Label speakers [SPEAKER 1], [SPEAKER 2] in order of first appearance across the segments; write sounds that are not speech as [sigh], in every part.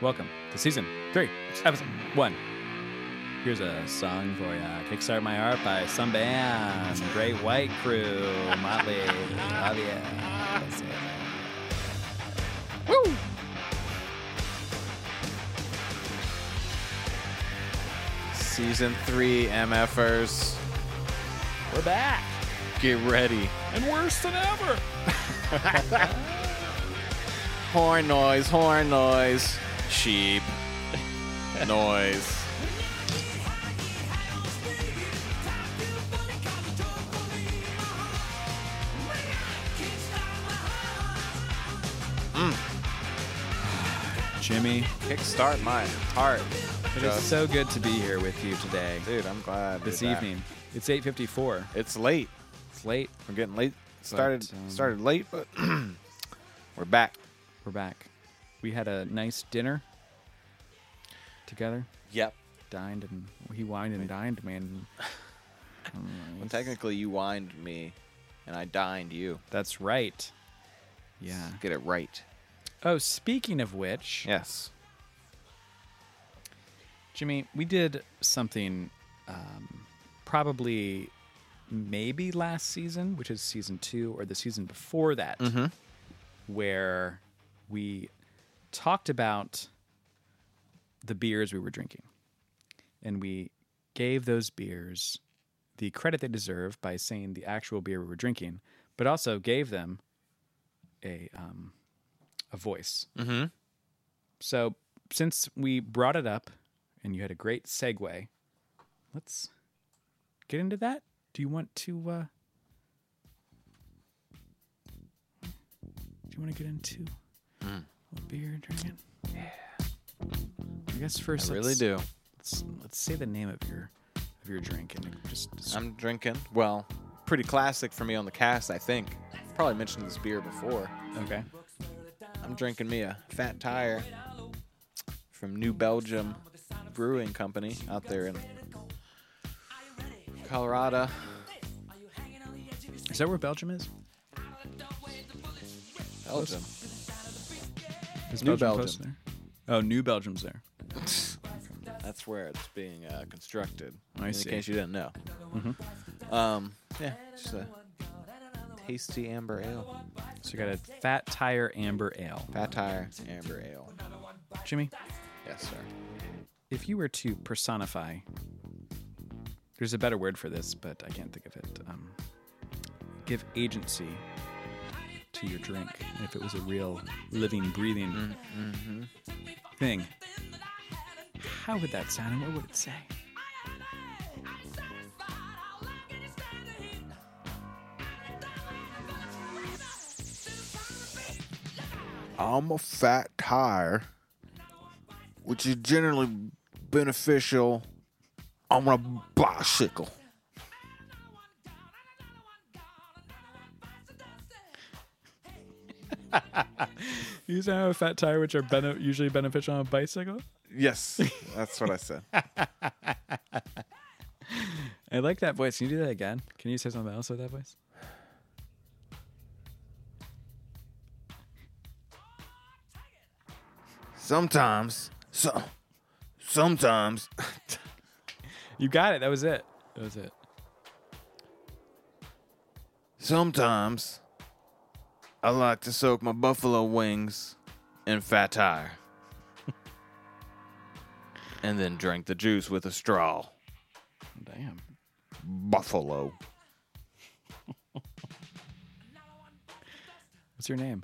[SPEAKER 1] Welcome to season three, episode one. Here's a song for ya. Kickstart My Heart by some band. Great White Crew. Motley. Obvious.
[SPEAKER 2] Season three MFers.
[SPEAKER 1] We're back.
[SPEAKER 2] Get ready.
[SPEAKER 1] And worse than ever.
[SPEAKER 2] Horn noise, horn noise. [laughs] Sheep. noise.
[SPEAKER 1] Jimmy,
[SPEAKER 2] Kickstart my heart.
[SPEAKER 1] it is
[SPEAKER 2] Just-
[SPEAKER 1] so good to be here with you today.
[SPEAKER 2] Dude, I'm glad.
[SPEAKER 1] This
[SPEAKER 2] you're back.
[SPEAKER 1] evening. It's 8.54.
[SPEAKER 2] It's late.
[SPEAKER 1] It's late.
[SPEAKER 2] We're getting late. Started
[SPEAKER 1] um,
[SPEAKER 2] started late, but [clears throat] we're back.
[SPEAKER 1] We're back. We had a nice dinner together.
[SPEAKER 2] Yep.
[SPEAKER 1] Dined and he wined and dined me and
[SPEAKER 2] Well, technically, you wined me, and I dined you.
[SPEAKER 1] That's right. Yeah.
[SPEAKER 2] Get it right.
[SPEAKER 1] Oh, speaking of which,
[SPEAKER 2] Yes.
[SPEAKER 1] Jimmy, we did something um, probably maybe last season, which is season two or the season before that, where we talked about the beers we were drinking. And we gave those beers the credit they deserve by saying the actual beer we were drinking, but also gave them a, um, a voice.
[SPEAKER 2] Mm-hmm.
[SPEAKER 1] So since we brought it up and you had a great segue, let's get into that. Do you want to uh Do you want to get into
[SPEAKER 2] Mm.
[SPEAKER 1] what beer you're drinking? Yeah. I guess first
[SPEAKER 2] I
[SPEAKER 1] let's-
[SPEAKER 2] really do.
[SPEAKER 1] Let's, let's say the name of your of your drink and just
[SPEAKER 2] I'm drinking. Well, pretty classic for me on the cast, I think. Probably mentioned this beer before.
[SPEAKER 1] okay.
[SPEAKER 2] I'm drinking me a Fat Tire from New Belgium Brewing Company out there in Colorado.
[SPEAKER 1] Is that where Belgium is?
[SPEAKER 2] Belgium.
[SPEAKER 1] Is
[SPEAKER 2] New
[SPEAKER 1] close
[SPEAKER 2] Belgium.
[SPEAKER 1] there? Oh, New Belgium's there.
[SPEAKER 2] That's where it's being uh, constructed.
[SPEAKER 1] I
[SPEAKER 2] in
[SPEAKER 1] see. Mm-hmm.
[SPEAKER 2] case you didn't know. Um, yeah, just a tasty amber ale.
[SPEAKER 1] So you got a Fat Tire Amber Ale.
[SPEAKER 2] Fat Tire Amber Ale.
[SPEAKER 1] Jimmy,
[SPEAKER 2] Yes, sir.
[SPEAKER 1] if you were to personify there's a better word for this but i can't think of it um, give agency to your drink and if it was a real living breathing thing how would that sound and what would it say
[SPEAKER 2] I'm a fat tire, which is generally beneficial on a bicycle.
[SPEAKER 1] you sound a fat tire which are usually beneficial on a bicycle
[SPEAKER 2] Yes, that's what I said.
[SPEAKER 1] i like that voice can you do that again can you say something else with that voice
[SPEAKER 2] [laughs] Sometimes, so, sometimes,
[SPEAKER 1] you got it that was it that was it
[SPEAKER 2] sometimes, I like to soak my buffalo wings in fat tire, [laughs] and then drink the juice with a straw.
[SPEAKER 1] damn
[SPEAKER 2] Buffalo.
[SPEAKER 1] what's your name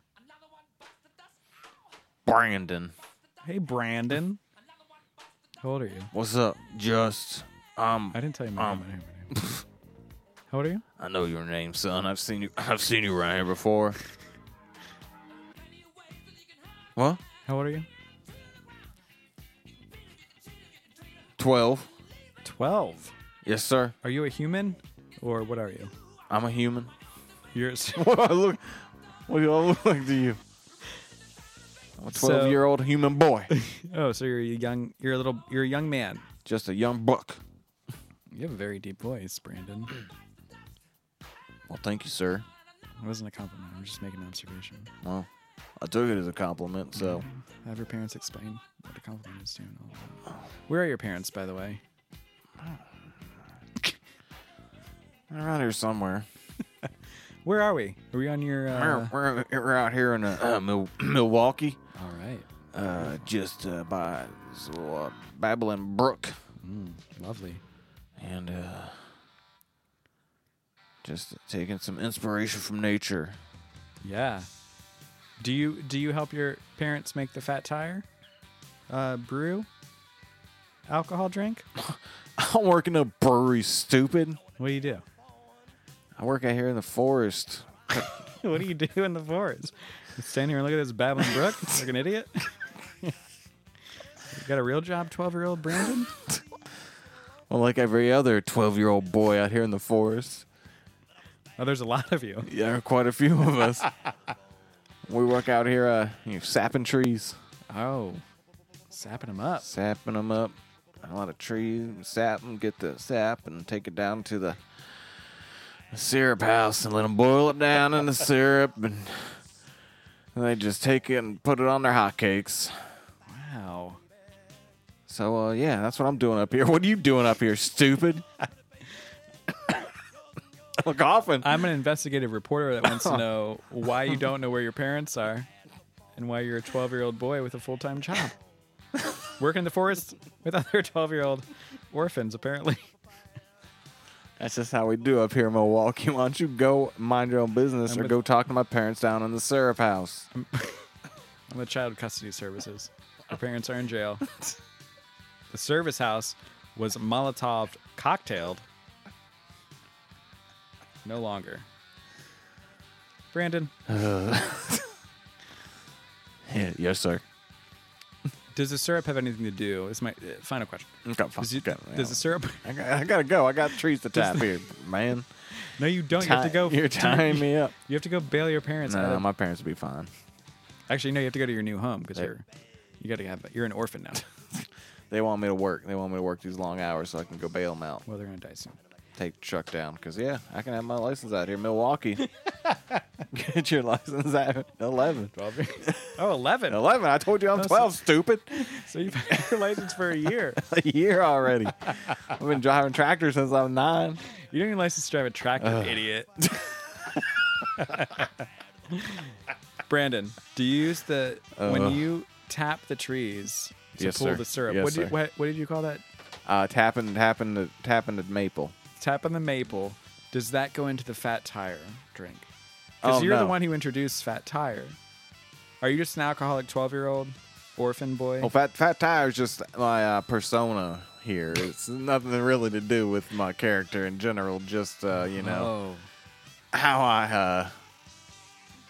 [SPEAKER 2] Brandon.
[SPEAKER 1] hey brandon how old are you
[SPEAKER 2] What's up? Just um
[SPEAKER 1] I didn't tell you my
[SPEAKER 2] Um.
[SPEAKER 1] name. I didn't remember my name. [laughs] How old are you?
[SPEAKER 2] I know your name, son. I've seen you I've seen you around here before. What?
[SPEAKER 1] How old are you?
[SPEAKER 2] Twelve.
[SPEAKER 1] Twelve.
[SPEAKER 2] Yes, sir.
[SPEAKER 1] Are you a human, or what are you?
[SPEAKER 2] I'm a human.
[SPEAKER 1] You're
[SPEAKER 2] [laughs] What do I look what do I look like to you? I'm a
[SPEAKER 1] So-
[SPEAKER 2] twelve year old human
[SPEAKER 1] [laughs]
[SPEAKER 2] boy.
[SPEAKER 1] [laughs] oh, so you're a young, you're a little, you're a young man.
[SPEAKER 2] Just a young buck.
[SPEAKER 1] You have a very deep voice, Brandon.
[SPEAKER 2] Well thank you, sir.
[SPEAKER 1] It wasn't a compliment. I'm just making an observation.
[SPEAKER 2] Well I took it as a compliment, so
[SPEAKER 1] Have your parents explain what a compliment is to you and all that. Where are your parents, by the way? Mm-hmm.
[SPEAKER 2] they're out here somewhere.
[SPEAKER 1] Where are we? Are we on your? Uh...
[SPEAKER 2] We're- we're, we're out here in uh, uh, Mil- Milwaukee,
[SPEAKER 1] All right,
[SPEAKER 2] uh, just uh, by this little uh, Babylon Brook,
[SPEAKER 1] lovely.
[SPEAKER 2] and uh, just taking some inspiration from nature. [laughs]
[SPEAKER 1] Yeah. Do you do you help your parents make the fat tire? Uh, brew? Alcohol drink?
[SPEAKER 2] I don't work in a brewery, stupid.
[SPEAKER 1] What do you do?
[SPEAKER 2] I work out here in the forest.
[SPEAKER 1] [laughs] what do you do in the forest? You [laughs] Stand here and look at this babbling brook [laughs] like an idiot. you got a real job, twelve-year-old [laughs] Brandon.
[SPEAKER 2] Well, like every other 12 year old boy out here in the forest.
[SPEAKER 1] Oh, there's a lot of you.
[SPEAKER 2] Yeah, there are quite a few of us. we work out here, uh, you know, sapping trees,
[SPEAKER 1] Oh, sapping them up.
[SPEAKER 2] sapping them up. A lot of trees, sap them, get the sap, and take it down to the syrup house and let them boil it down in the syrup. And they just take it and put it on their hotcakes.
[SPEAKER 1] Wow.
[SPEAKER 2] So, uh, yeah, that's what I'm doing up here. What are you doing up here, stupid? Look often.
[SPEAKER 1] I'm an investigative reporter that wants
[SPEAKER 2] [laughs]
[SPEAKER 1] to know why you don't know where your parents are and why you're a 12 year old boy with a full time job. Working in the forest with other 12 year old orphans, apparently.
[SPEAKER 2] That's just how we do up here in Milwaukee. [laughs] Why don't you go mind your own business
[SPEAKER 1] I'm
[SPEAKER 2] or
[SPEAKER 1] with-
[SPEAKER 2] go talk to my parents down in the syrup house?
[SPEAKER 1] I'm the child custody services. Your parents are in jail. The service house was Molotov cocktailed. No longer. Brandon,
[SPEAKER 2] Yeah, yes, sir.
[SPEAKER 1] does the syrup have anything to do? This is my uh, final question.
[SPEAKER 2] Okay, fine.
[SPEAKER 1] Does, it,
[SPEAKER 2] Okay, yeah.
[SPEAKER 1] does the syrup? [laughs]
[SPEAKER 2] I, got, I gotta go. I got trees to tap here, man.
[SPEAKER 1] No, you don't. [laughs] You have to
[SPEAKER 2] Ti-
[SPEAKER 1] go.
[SPEAKER 2] You're tying
[SPEAKER 1] [laughs]
[SPEAKER 2] me up.
[SPEAKER 1] You have to go bail your parents out.
[SPEAKER 2] No,
[SPEAKER 1] of-
[SPEAKER 2] my parents will be fine.
[SPEAKER 1] Actually, no, you have to go to your new home because
[SPEAKER 2] Hey.
[SPEAKER 1] you're you got to have you're an orphan
[SPEAKER 2] [laughs]
[SPEAKER 1] now.
[SPEAKER 2] They want me to work. They want me to work these long hours so I can go bail them out.
[SPEAKER 1] well, they're gonna die soon.
[SPEAKER 2] Take truck down because yeah, I can have my license out here,
[SPEAKER 1] [laughs]
[SPEAKER 2] in Milwaukee. Get your license out at eleven.
[SPEAKER 1] Twelve years. [laughs] Oh, 11.
[SPEAKER 2] Eleven. I told you I'm
[SPEAKER 1] so- [laughs]
[SPEAKER 2] twelve. Stupid.
[SPEAKER 1] So you've had your license for a
[SPEAKER 2] [laughs]
[SPEAKER 1] year.
[SPEAKER 2] A year already. I've been driving tractor since I'm nine.
[SPEAKER 1] You don't need a license to drive a tractor,
[SPEAKER 2] [laughs]
[SPEAKER 1] idiot. [laughs] Brandon, do you use the
[SPEAKER 2] Uh.
[SPEAKER 1] when you tap the trees to
[SPEAKER 2] Yes,
[SPEAKER 1] pull
[SPEAKER 2] sir.
[SPEAKER 1] the syrup?
[SPEAKER 2] Yes,
[SPEAKER 1] what, did,
[SPEAKER 2] sir.
[SPEAKER 1] what, what did you call that?
[SPEAKER 2] Uh, tapping, tapping, to, tapping to maple.
[SPEAKER 1] Tap on the maple. Does that go into the fat tire drink? Because
[SPEAKER 2] Oh,
[SPEAKER 1] you're the
[SPEAKER 2] no.
[SPEAKER 1] one who introduced fat tire. Are you just an alcoholic 12 year old orphan boy?
[SPEAKER 2] Well, fat fat tire is just my uh, persona here. It's nothing really to do with my character in general. Just uh, you know
[SPEAKER 1] Oh.
[SPEAKER 2] how I, uh,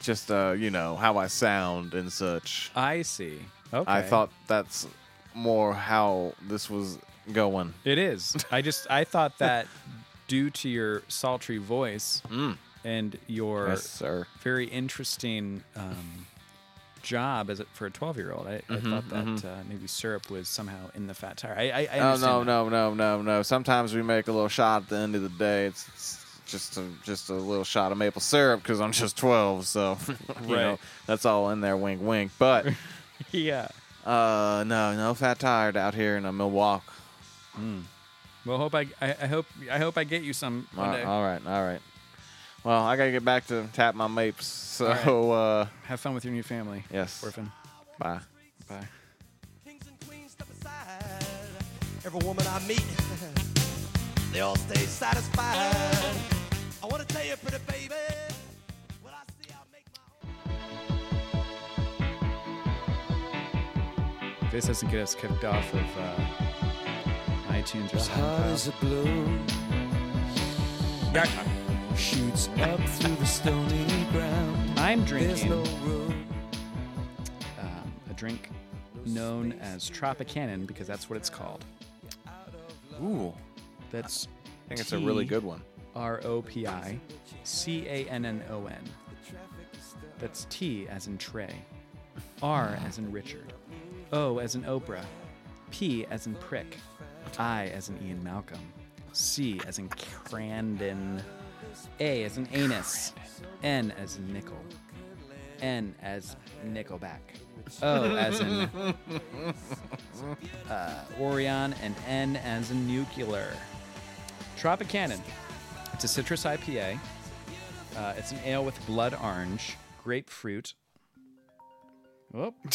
[SPEAKER 2] just uh, you know how I sound and such.
[SPEAKER 1] I see. Okay.
[SPEAKER 2] I thought that's more how this was going.
[SPEAKER 1] it is. I just I thought that [laughs] due to your sultry voice and your
[SPEAKER 2] Mm. Yes, sir.
[SPEAKER 1] very interesting um, job as a, for a 12 year old, I,
[SPEAKER 2] Mm-hmm,
[SPEAKER 1] I thought that uh, maybe syrup was somehow in the fat tire. I, I, I
[SPEAKER 2] Oh no,
[SPEAKER 1] understand that.
[SPEAKER 2] no, no, no, no. Sometimes we make a little shot at the end of the day. It's, it's just a just a little shot of maple syrup because I'm just 12, so [laughs] you know
[SPEAKER 1] Right.
[SPEAKER 2] that's all in there. Wink, wink. [laughs] But
[SPEAKER 1] [laughs] Yeah.
[SPEAKER 2] uh, no, no fat tired out here in a Milwaukee.
[SPEAKER 1] Well, hope I, I, I hope I hope I get you some
[SPEAKER 2] All
[SPEAKER 1] one
[SPEAKER 2] right,
[SPEAKER 1] day.
[SPEAKER 2] all right, all right. Well, I gotta get back to tap my mapes. [laughs] So uh,
[SPEAKER 1] Have fun with your new family.
[SPEAKER 2] Yes.
[SPEAKER 1] Orphan.
[SPEAKER 2] bye.
[SPEAKER 1] Bye.
[SPEAKER 3] Kings and queens step aside. Every woman I meet, [laughs] they all stay satisfied. I wanna tell you, pretty baby, what I see, I'll make my own.
[SPEAKER 1] If this doesn't get us kicked off of uh, iTunes or
[SPEAKER 4] Hot
[SPEAKER 1] SoundCloud.
[SPEAKER 4] as a blow shoots up through the stony ground.
[SPEAKER 1] I'm
[SPEAKER 4] There's
[SPEAKER 1] drinking
[SPEAKER 4] no road.
[SPEAKER 1] um, a drink known as Tropicannon because that's what it's called.
[SPEAKER 2] Ooh,
[SPEAKER 1] That's
[SPEAKER 2] I think it's a really good one.
[SPEAKER 1] E R O P I C A N N O N. That's T as in Trey, R as in Richard, O as in Oprah, P as in Prick, I as in Ian Malcolm, C as in Crandon, A as in Anus, N as in Nickel,
[SPEAKER 5] N as Nickelback. O as in uh, Orion, and N as in nuclear. Tropicannon. It's a citrus IPA. Uh, it's an ale with blood orange, grapefruit. Whoop. [laughs]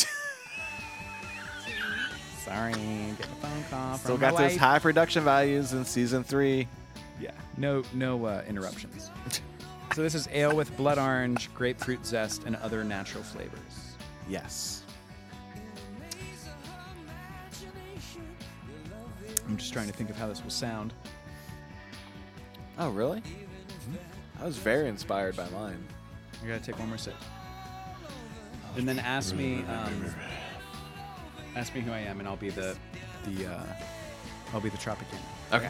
[SPEAKER 5] Sorry, getting a phone call. From
[SPEAKER 2] Still
[SPEAKER 5] my
[SPEAKER 2] got those
[SPEAKER 5] wife.
[SPEAKER 2] high production values in season three.
[SPEAKER 5] Yeah. No no uh, interruptions. so this is ale with blood orange, grapefruit zest, and other natural flavors.
[SPEAKER 2] Yes.
[SPEAKER 5] I'm just trying to think of how this will sound.
[SPEAKER 2] Oh, really? I was very inspired by mine.
[SPEAKER 5] I gotta take one more sip. And then ask me, um, ask me who I am, and I'll be the, the, uh, I'll be the Tropicana.
[SPEAKER 2] Okay.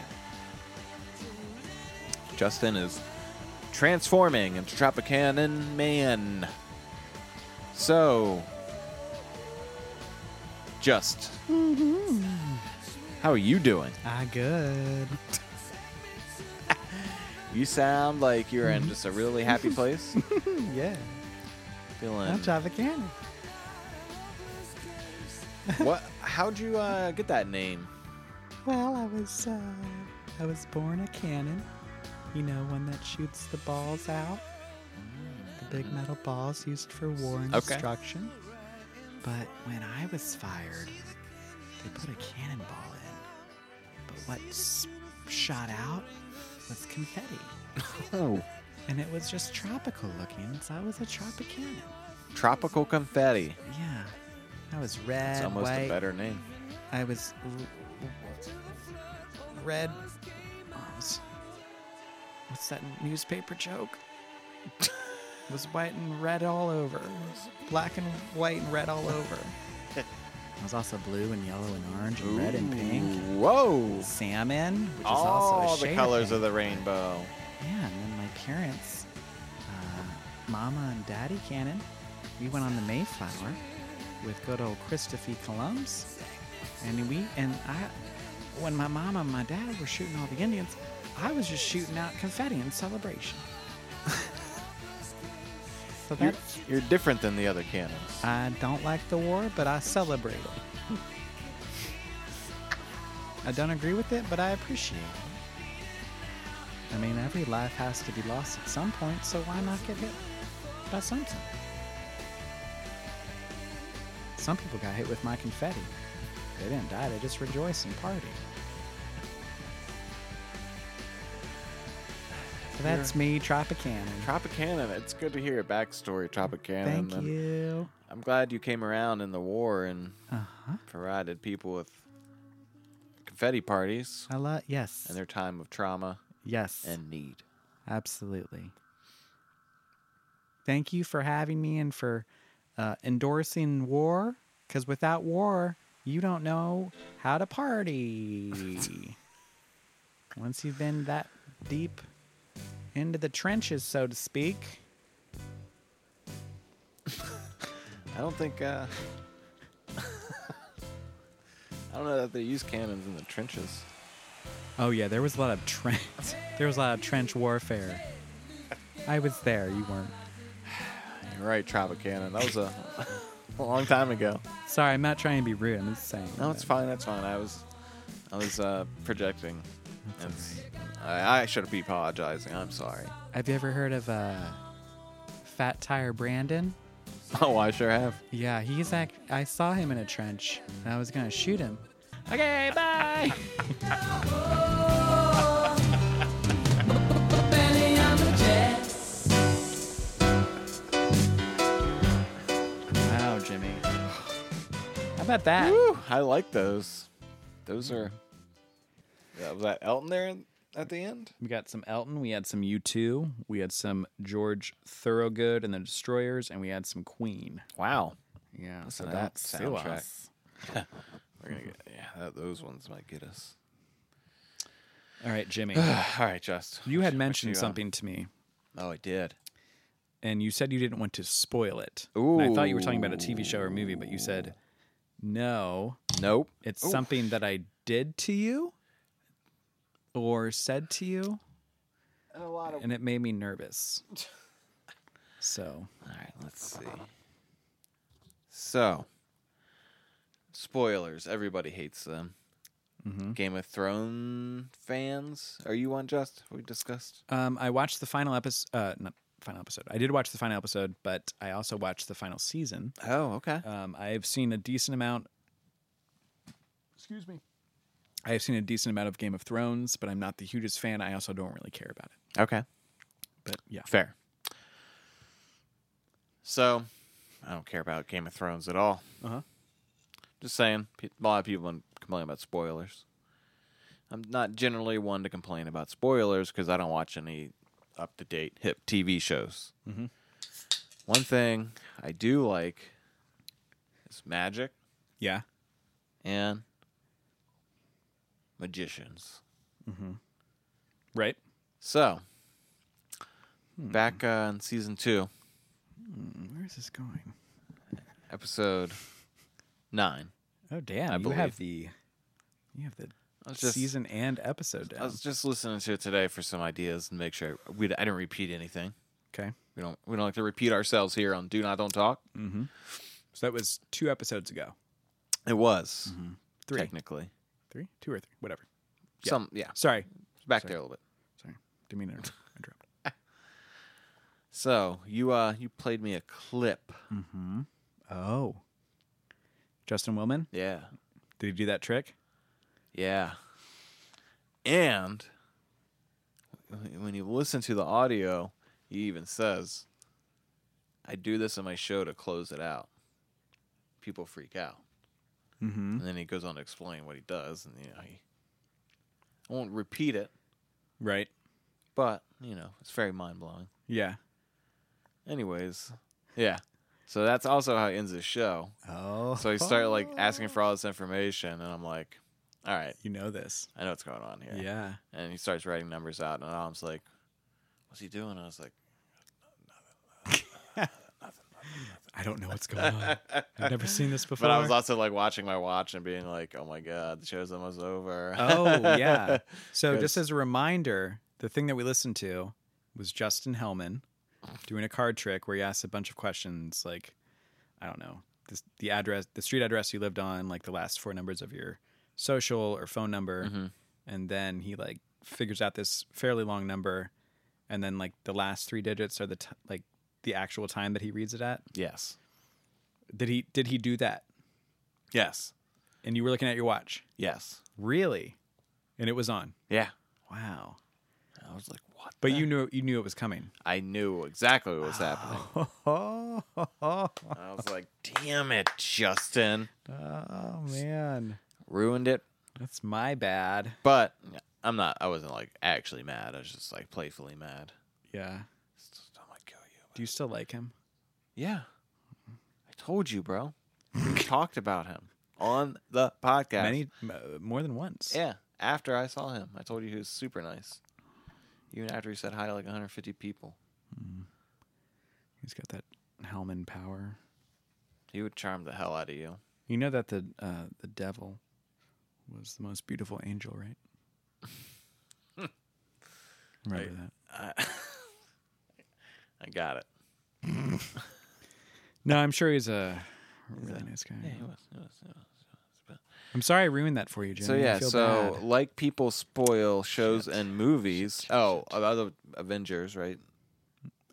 [SPEAKER 2] Justin is transforming into Tropicannon Man. So, just. How are you doing?
[SPEAKER 5] Ah, good.
[SPEAKER 2] You sound like you're in just a really happy place.
[SPEAKER 5] Mm-hmm. [laughs] Yeah, Mm.
[SPEAKER 2] Feeling.
[SPEAKER 5] Tropicana.
[SPEAKER 2] What? How'd you uh, get that name?
[SPEAKER 5] Well, I was, uh, I was born a cannon. You know, one that shoots the balls out, the big metal balls used for war and
[SPEAKER 2] Okay.
[SPEAKER 5] destruction. But when I was fired, they put a cannonball in. But what s- shot out was confetti,
[SPEAKER 2] [laughs] Oh,
[SPEAKER 5] and it was just tropical looking. So I was a tropic cannon.
[SPEAKER 2] tropical confetti.
[SPEAKER 5] Yeah, I was red,
[SPEAKER 2] It's almost
[SPEAKER 5] white,
[SPEAKER 2] a better name.
[SPEAKER 5] I was r- r- red. oh, what's- what's that newspaper joke? [laughs] was white and red all over. Black and white and red all over. [laughs] I was also blue and yellow and orange and red and pink.
[SPEAKER 2] Whoa!
[SPEAKER 5] Salmon, which is
[SPEAKER 2] All
[SPEAKER 5] also a
[SPEAKER 2] the
[SPEAKER 5] shade
[SPEAKER 2] colors
[SPEAKER 5] of,
[SPEAKER 2] of the rainbow.
[SPEAKER 5] pink. Yeah, and then my parents, uh, Mama and Daddy Cannon, we went on the Mayflower with good old Christopher Columbus. And we and I, when my mom and my dad were shooting all the Indians, I was just shooting out confetti in celebration. so
[SPEAKER 2] You're,
[SPEAKER 5] that's
[SPEAKER 2] you're different than the other cannons.
[SPEAKER 5] I don't like the war, but I celebrate it. I don't agree with it, but I appreciate it. I mean, every life has to be lost at some point, so why not get hit by something? Some people got hit with my confetti. They didn't die, they just rejoiced and partied. So that's me, Tropicannon.
[SPEAKER 2] Tropicannon. It's good to hear a backstory, Tropicannon.
[SPEAKER 5] Thank
[SPEAKER 2] I'm-
[SPEAKER 5] you.
[SPEAKER 2] I'm glad you came around in the war and
[SPEAKER 5] Uh-huh.
[SPEAKER 2] provided people with confetti parties
[SPEAKER 5] I love, yes.
[SPEAKER 2] in their time of trauma
[SPEAKER 5] Yes.
[SPEAKER 2] and need.
[SPEAKER 5] Absolutely. Thank you for having me and for uh, endorsing war, because without war, you don't know how to [laughs] party. Once you've been that deep into the trenches, so to speak.
[SPEAKER 2] I don't think. Uh, [laughs] I don't know that they use cannons in the trenches.
[SPEAKER 5] Oh yeah, there was a lot of trench. [laughs] There was a lot of trench warfare. I was there. You weren't.
[SPEAKER 2] You're right, Tropicannon. That was a, [laughs] a long time ago.
[SPEAKER 5] Sorry, I'm not trying to be rude. I'm just saying.
[SPEAKER 2] No, it's
[SPEAKER 5] that-
[SPEAKER 2] fine. That's fine. I was, I was uh, projecting. It's- I, I should be apologizing. I'm sorry.
[SPEAKER 5] Have you ever heard of uh, Fat Tire Brandon?
[SPEAKER 2] Oh, I sure have.
[SPEAKER 5] Yeah, he's act. I saw him in a trench, and I was gonna shoot him. Okay, bye. wow, Jimmy. How about that?
[SPEAKER 2] Woo, I like those. Those are. Yeah, was that Elton there in- at the end?
[SPEAKER 5] We got some Elton, we had some U2, we had some George Thorogood and the Destroyers, and we had some Queen.
[SPEAKER 2] Wow.
[SPEAKER 5] Yeah,
[SPEAKER 2] Listen to that soundtrack. We're gonna get yeah. That, those ones might get us. [sighs]
[SPEAKER 5] All right, [sighs] Jimmy.
[SPEAKER 2] All right, Just.
[SPEAKER 5] You had
[SPEAKER 2] What
[SPEAKER 5] mentioned
[SPEAKER 2] uh,
[SPEAKER 5] something to me,
[SPEAKER 2] Oh, I did.
[SPEAKER 5] and you said you didn't want to spoil it. And I thought you were talking about a TV show or movie, but you said, no,
[SPEAKER 2] Nope.
[SPEAKER 5] it's something that I did to you or said to you,
[SPEAKER 2] a lot of [laughs]
[SPEAKER 5] and it made me nervous.
[SPEAKER 1] So
[SPEAKER 2] All right, let's see. So, spoilers. Everybody hates them.
[SPEAKER 5] Mm-hmm.
[SPEAKER 2] Game of Thrones fans, are you on Just? We discussed.
[SPEAKER 1] um, I watched the final episode. Uh, not final episode. I did watch the final episode, but I also watched the final season.
[SPEAKER 2] Oh, okay.
[SPEAKER 1] Um, I have seen a decent amount. Excuse me. I have seen a decent amount of Game of Thrones, but I'm not the hugest fan. I also don't really care about it.
[SPEAKER 2] Okay,
[SPEAKER 1] But yeah,
[SPEAKER 2] fair. So, I don't care about Game of Thrones at all.
[SPEAKER 1] Uh-huh.
[SPEAKER 2] Just saying, pe- a lot of people complain about spoilers. I'm not generally one to complain about spoilers because I don't watch any up to date hip TV shows. Mm-hmm. One thing I do like is magic
[SPEAKER 1] yeah.
[SPEAKER 2] and magicians.
[SPEAKER 1] Mm-hmm. Right.
[SPEAKER 2] So, back uh, in season two,
[SPEAKER 1] Where is this going?
[SPEAKER 2] episode nine.
[SPEAKER 1] Oh damn! you
[SPEAKER 2] believe.
[SPEAKER 1] have the you have the
[SPEAKER 2] was just-
[SPEAKER 1] season and episode
[SPEAKER 2] [laughs]
[SPEAKER 1] down.
[SPEAKER 2] I was just listening to it today for some ideas and make sure we I didn't repeat anything.
[SPEAKER 1] okay, Mm.
[SPEAKER 2] We don't we don't like to repeat ourselves here on Do Not Don't Talk.
[SPEAKER 1] so that was two episodes ago.
[SPEAKER 2] It was
[SPEAKER 1] Mm-hmm. Three,
[SPEAKER 2] technically
[SPEAKER 1] three, two or three, whatever.
[SPEAKER 2] some yeah it's
[SPEAKER 1] Sorry,
[SPEAKER 2] back there a little bit.
[SPEAKER 1] sorry, didn't mean to inter- interrupt.
[SPEAKER 2] So you uh you played me a clip.
[SPEAKER 1] Oh, Justin Willman,
[SPEAKER 2] Yeah,
[SPEAKER 1] did he do that trick?
[SPEAKER 2] yeah, and when you listen to the audio, he even says, "I do this in my show to close it out." People freak out.
[SPEAKER 1] Mm-hmm.
[SPEAKER 2] And then he goes on to explain what he does, and you know, he I won't repeat it,
[SPEAKER 1] Right.
[SPEAKER 2] but you know, it's very mind blowing.
[SPEAKER 1] Yeah.
[SPEAKER 2] Anyways, yeah. So that's also how it ends the show.
[SPEAKER 1] Oh,
[SPEAKER 2] So he started like asking for all this information, and I'm like, "All right,
[SPEAKER 1] you know this.
[SPEAKER 2] I know what's going on here."
[SPEAKER 1] Yeah.
[SPEAKER 2] And he starts writing numbers out, and I was like, "What's he doing?" And I was like,
[SPEAKER 1] I don't know what's going on. I've never seen [laughs] this before.
[SPEAKER 2] "But I was also like watching my watch and being like, oh my god, the show's almost over."
[SPEAKER 1] oh
[SPEAKER 2] [laughs]
[SPEAKER 1] yeah. So just
[SPEAKER 2] 'Cause-
[SPEAKER 1] as a reminder, the thing that we listened to was Justin Hellman doing a card trick where he asks a bunch of questions like, I don't know, this, the address, the street address you lived on, like the last four numbers of your social or phone number, and then he like figures out this fairly long number, and then like the last three digits are the t- like the actual time that he reads it at.
[SPEAKER 2] yes,
[SPEAKER 1] Did he did he do that?
[SPEAKER 2] yes,
[SPEAKER 1] And you were looking at your watch,
[SPEAKER 2] yes,
[SPEAKER 1] really, and it was on.
[SPEAKER 2] yeah.
[SPEAKER 1] Wow.
[SPEAKER 2] I was like, "What?"
[SPEAKER 1] But you knew you knew it was coming.
[SPEAKER 2] I knew exactly what was happening.
[SPEAKER 1] [laughs]
[SPEAKER 2] I was like, damn it, Justin.
[SPEAKER 1] Oh man,
[SPEAKER 2] Ruined it.
[SPEAKER 1] that's my bad.
[SPEAKER 2] But I'm not, I wasn't like actually mad. I was just like playfully mad.
[SPEAKER 1] Yeah.
[SPEAKER 2] It's just, I'm gonna kill you.
[SPEAKER 1] Do you still like him?
[SPEAKER 2] Yeah. I told you, bro. We [laughs] talked about him on the podcast.
[SPEAKER 1] Many m- uh, more than once.
[SPEAKER 2] Yeah. After I saw him, I told you he was super nice. Even after he said hi to like 150 people,
[SPEAKER 1] He's got that Hellman power.
[SPEAKER 2] he would charm the hell out of you.
[SPEAKER 1] You know that the uh, the devil was the most beautiful angel,
[SPEAKER 2] [laughs]
[SPEAKER 1] right? Remember that?
[SPEAKER 2] I got it.
[SPEAKER 1] No, I'm sure he's a really nice guy. I'm sorry I ruined that for you, Jimmy.
[SPEAKER 2] So
[SPEAKER 1] I
[SPEAKER 2] yeah,
[SPEAKER 1] feel
[SPEAKER 2] so
[SPEAKER 1] bad.
[SPEAKER 2] like people spoil shows and movies. Oh, other Avengers, right?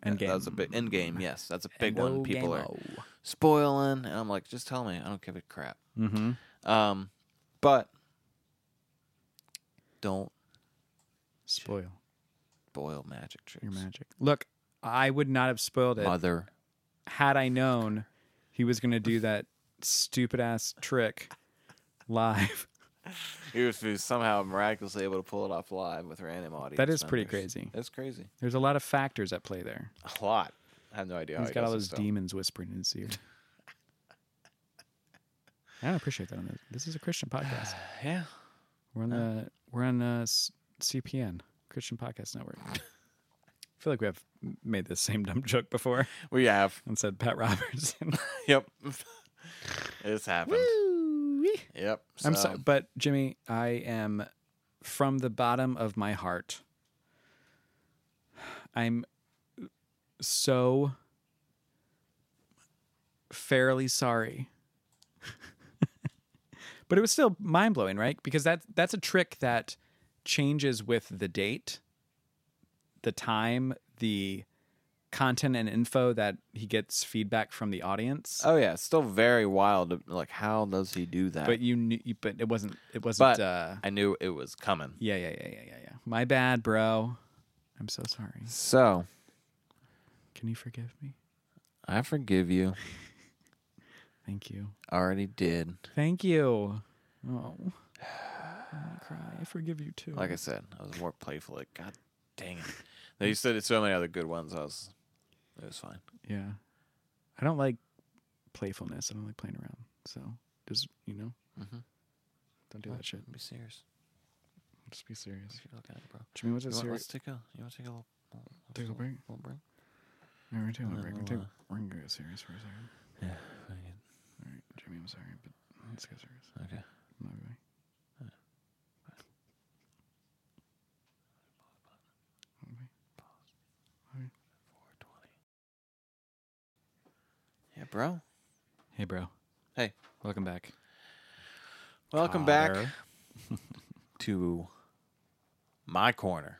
[SPEAKER 1] Endgame. Mm-hmm.
[SPEAKER 2] That was a big Endgame. Yes, that's a big one. People are
[SPEAKER 1] Endogamo.
[SPEAKER 2] spoiling, and I'm like, just tell me. I don't give a crap. Mm-hmm. Um, but don't
[SPEAKER 1] spoil
[SPEAKER 2] spoil magic tricks,
[SPEAKER 1] your magic. Look, I would not have spoiled it.
[SPEAKER 2] mother.
[SPEAKER 1] had I known he was going to do that stupid ass
[SPEAKER 2] [laughs]
[SPEAKER 1] trick live.
[SPEAKER 2] He was he was somehow miraculously able to pull it off live with random audience.
[SPEAKER 1] That is pretty
[SPEAKER 2] members.
[SPEAKER 1] crazy.
[SPEAKER 2] That's crazy.
[SPEAKER 1] There's a lot of factors at play there.
[SPEAKER 2] A lot. Oh, I have no idea. how
[SPEAKER 1] He's
[SPEAKER 2] he
[SPEAKER 1] got all
[SPEAKER 2] does
[SPEAKER 1] those
[SPEAKER 2] this stuff.
[SPEAKER 1] demons whispering in his ear. I don't appreciate that. On this. this is a Christian podcast.
[SPEAKER 2] Yeah.
[SPEAKER 1] We're on the we're on uh, S- CPN Christian Podcast Network. I feel like we have made the same dumb joke before
[SPEAKER 2] We have.
[SPEAKER 1] and said Pat [laughs] Robertson.
[SPEAKER 2] Yep. [laughs] it's happened. Yep.
[SPEAKER 1] I'm sorry, but Jimmy, I am from the bottom of my heart. I'm so
[SPEAKER 5] fairly sorry. [laughs] but it was still mind blowing, right? Because that that's a trick that changes with the date, the time, the content and info that he gets feedback from the audience.
[SPEAKER 2] Oh yeah, it's still very wild. Like, how does he do that?
[SPEAKER 5] But you knew, you- but it wasn't it wasn't
[SPEAKER 2] But
[SPEAKER 5] uh
[SPEAKER 2] I knew it was coming.
[SPEAKER 5] yeah, yeah, yeah, yeah, yeah, yeah. My bad, bro. I'm so sorry.
[SPEAKER 2] So
[SPEAKER 5] Can you forgive me?
[SPEAKER 2] I forgive you.
[SPEAKER 5] Thank you.
[SPEAKER 2] Already did.
[SPEAKER 5] Thank you. [sighs] Oh. I wanna cry. I forgive you too.
[SPEAKER 2] Like I said, I was more playful. Like, God dang it. They said it so many other good ones. I was, it was fine.
[SPEAKER 5] Yeah. I don't like playfulness. I don't like playing around. So just, you know, don't do that shit.
[SPEAKER 2] Be serious.
[SPEAKER 5] Just be serious.
[SPEAKER 2] If you're looking at it, bro.
[SPEAKER 5] Jimmy, what's a
[SPEAKER 2] You want, let's
[SPEAKER 5] serious?
[SPEAKER 2] take a. You want to take a little. little-
[SPEAKER 5] Take a break?
[SPEAKER 2] Little break.
[SPEAKER 5] No, we're taking a
[SPEAKER 2] Uh,
[SPEAKER 5] break. We're,
[SPEAKER 2] we'll,
[SPEAKER 5] take,
[SPEAKER 2] uh,
[SPEAKER 5] we're going to go serious for a second.
[SPEAKER 2] Yeah.
[SPEAKER 5] All right, Jimmy, I'm sorry, but let's go serious.
[SPEAKER 2] Okay.
[SPEAKER 5] I'm not going.
[SPEAKER 2] Yeah, bro.
[SPEAKER 5] Hey, bro.
[SPEAKER 2] Hey.
[SPEAKER 5] Welcome back.
[SPEAKER 2] Welcome back [laughs]
[SPEAKER 5] Otter.
[SPEAKER 2] to my corner.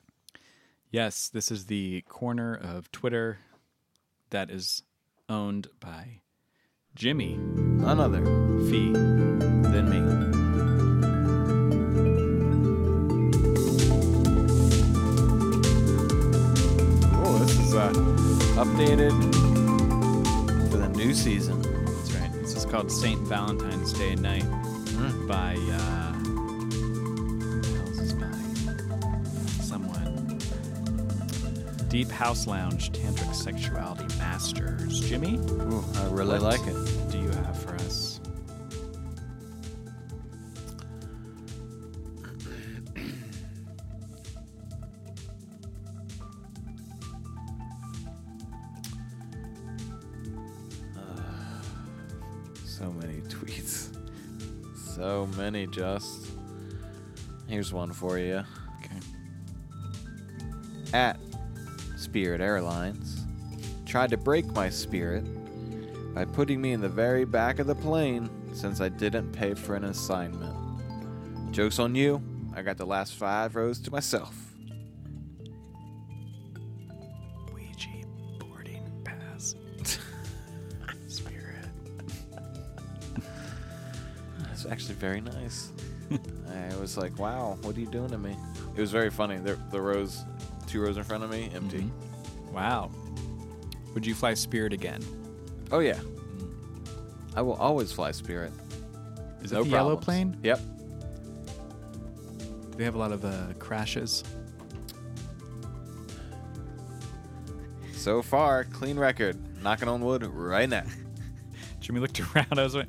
[SPEAKER 5] Yes, this is the corner of Twitter that is owned by Jimmy
[SPEAKER 2] Another.
[SPEAKER 5] Fee than me.
[SPEAKER 2] Oh, this is uh, updated for the new season.
[SPEAKER 5] That's right. This is called St. Valentine's Day Night
[SPEAKER 2] Hmm.
[SPEAKER 5] by uh, who else is by someone. Deep House Lounge Tantric Sexuality Masters. Jimmy,
[SPEAKER 2] Ooh, I really
[SPEAKER 5] what
[SPEAKER 2] like it.
[SPEAKER 5] Do you have for us?
[SPEAKER 2] So many [laughs] tweets. So many just. Here's one for you.
[SPEAKER 5] Okay.
[SPEAKER 2] At Spirit Airlines tried to break my spirit by putting me in the very back of the plane since I didn't pay for an assignment. Joke's on you. I got the last five rows to myself.
[SPEAKER 5] Ouija boarding pass. [laughs] Spirit.
[SPEAKER 2] That's actually very nice. [laughs] I was like, wow, what are you doing to me? It was very funny. The, the rows, two rows in front of me, empty.
[SPEAKER 5] Wow. Would you fly Spirit again?
[SPEAKER 2] Oh yeah. I will always fly Spirit.
[SPEAKER 5] Is
[SPEAKER 2] no
[SPEAKER 5] it the yellow
[SPEAKER 2] problems.
[SPEAKER 5] plane?
[SPEAKER 2] Yep.
[SPEAKER 5] Do they have a lot of uh, crashes? [laughs]
[SPEAKER 2] So far, clean record. Knocking on wood right now.
[SPEAKER 5] Jimmy looked around. I was like,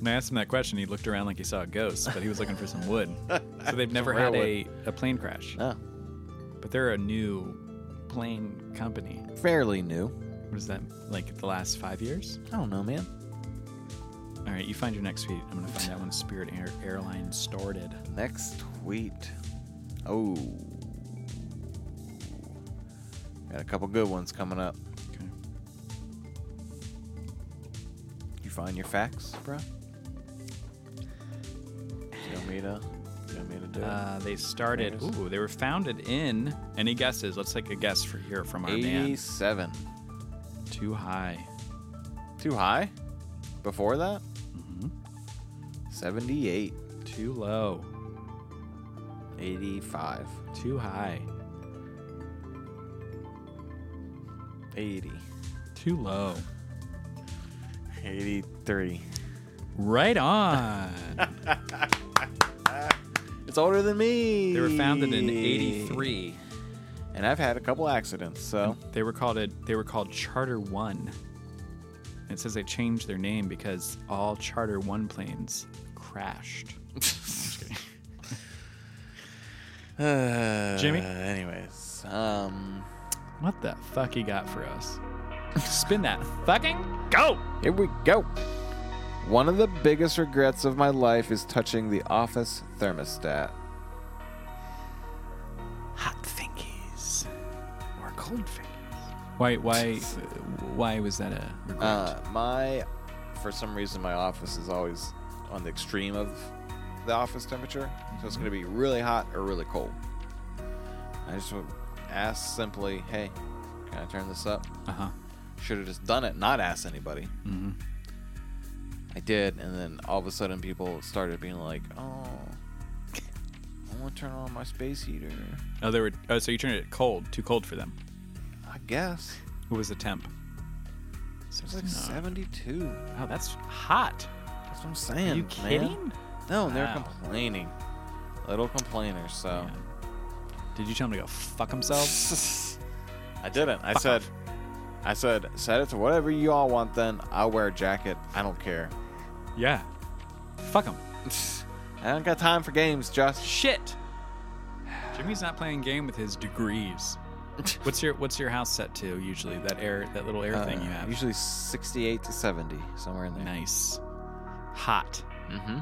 [SPEAKER 5] when I asked him that question, he looked around like he saw a ghost, but he was looking for some wood. So [laughs] they've never had a, a plane crash.
[SPEAKER 2] No.
[SPEAKER 5] But they're a new plane company.
[SPEAKER 2] Fairly new.
[SPEAKER 5] What is that, like the last five years?
[SPEAKER 2] I don't know, man.
[SPEAKER 5] All right, you find your next tweet. I'm going to find out when Spirit Air- Airlines started.
[SPEAKER 2] Next tweet. Oh. Got a couple good ones coming up.
[SPEAKER 5] Okay.
[SPEAKER 2] You find your facts, bro? You want me to? You want me to do it?
[SPEAKER 5] Uh, they started,
[SPEAKER 2] Famous.
[SPEAKER 5] ooh, they were founded in, any guesses? Let's take a guess for here from our band.
[SPEAKER 2] 87.
[SPEAKER 5] Too high.
[SPEAKER 2] Too high? Before that?
[SPEAKER 5] Mm-hmm.
[SPEAKER 2] 78.
[SPEAKER 5] Too low.
[SPEAKER 2] 85.
[SPEAKER 5] Too high.
[SPEAKER 2] 80.
[SPEAKER 5] Too low.
[SPEAKER 2] 83.
[SPEAKER 5] Right on.
[SPEAKER 2] It's older than me.
[SPEAKER 5] they were founded in 83.
[SPEAKER 2] And I've had a couple accidents,
[SPEAKER 5] [sighs]
[SPEAKER 2] so.
[SPEAKER 5] They were called it. They were called Charter One. And It says they changed their name because all Charter One planes crashed.
[SPEAKER 2] Uh,
[SPEAKER 5] Jimmy?
[SPEAKER 2] Anyways, um,
[SPEAKER 5] What the fuck you got for us? Spin that fucking go.
[SPEAKER 2] here we go. One of the biggest regrets of my life is touching the office thermostat.
[SPEAKER 5] Hot fingies or cold fingies. Why? Why? Why was that a regret?
[SPEAKER 2] Uh, my for some reason my office is always on the extreme of the office temperature, so it's going to be
[SPEAKER 5] Mm-hmm.
[SPEAKER 2] really hot or really cold. I just would ask simply, "Hey, can I turn this up?"
[SPEAKER 5] Uh huh.
[SPEAKER 2] Should have just done it, not asked anybody.
[SPEAKER 5] hmm
[SPEAKER 2] I did, and then all of a sudden people started being like, "Oh, I want to turn on my space heater."
[SPEAKER 5] Oh, they were. Oh, so you turned it cold, too cold for them.
[SPEAKER 2] I guess
[SPEAKER 5] What was the temp?
[SPEAKER 2] it's like 72.
[SPEAKER 5] Oh, that's hot.
[SPEAKER 2] That's what I'm saying.
[SPEAKER 5] Are you
[SPEAKER 2] man.
[SPEAKER 5] kidding?
[SPEAKER 2] No, and they're
[SPEAKER 5] Wow.
[SPEAKER 2] complaining. Little complainers. So
[SPEAKER 5] Man. Did you tell them to go fuck themselves?
[SPEAKER 2] [laughs] I didn't. I said, I said, set it to whatever you all want. Then I'll wear a jacket. I don't care.
[SPEAKER 5] yeah. Fuck them.
[SPEAKER 2] I don't got time for games, Josh.
[SPEAKER 5] Shit. Jimmy's not playing game with his degrees. [laughs] What's your What's your house set to usually? That air, that little air thing you
[SPEAKER 2] Uh,
[SPEAKER 5] have.
[SPEAKER 2] Usually 68 to 70, somewhere in there.
[SPEAKER 5] nice, hot,
[SPEAKER 2] Mm-hmm.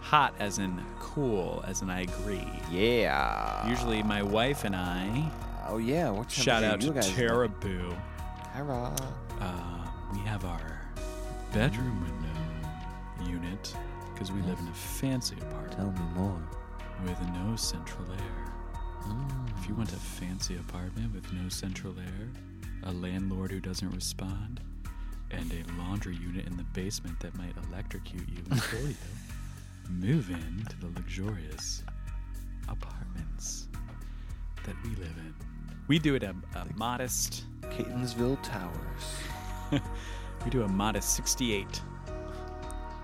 [SPEAKER 5] hot as in cool, as in I agree.
[SPEAKER 2] Yeah.
[SPEAKER 5] Usually, my wife and I.
[SPEAKER 2] Oh yeah. What
[SPEAKER 5] Shout out to
[SPEAKER 2] you guys
[SPEAKER 5] Teraboo.
[SPEAKER 2] [laughs] Tara.
[SPEAKER 5] Uh, we have our bedroom window unit because we live in a fancy apartment
[SPEAKER 2] Tell me more.
[SPEAKER 5] with no central air.
[SPEAKER 2] Mm.
[SPEAKER 5] If you want a fancy apartment with no central air, a landlord who doesn't respond, and a laundry unit in the basement that might
[SPEAKER 2] [laughs]
[SPEAKER 5] electrocute you and kill you, move in to the luxurious apartments that we live in. We do it a, a modest.
[SPEAKER 2] Catonsville Towers.
[SPEAKER 5] We do a modest 68.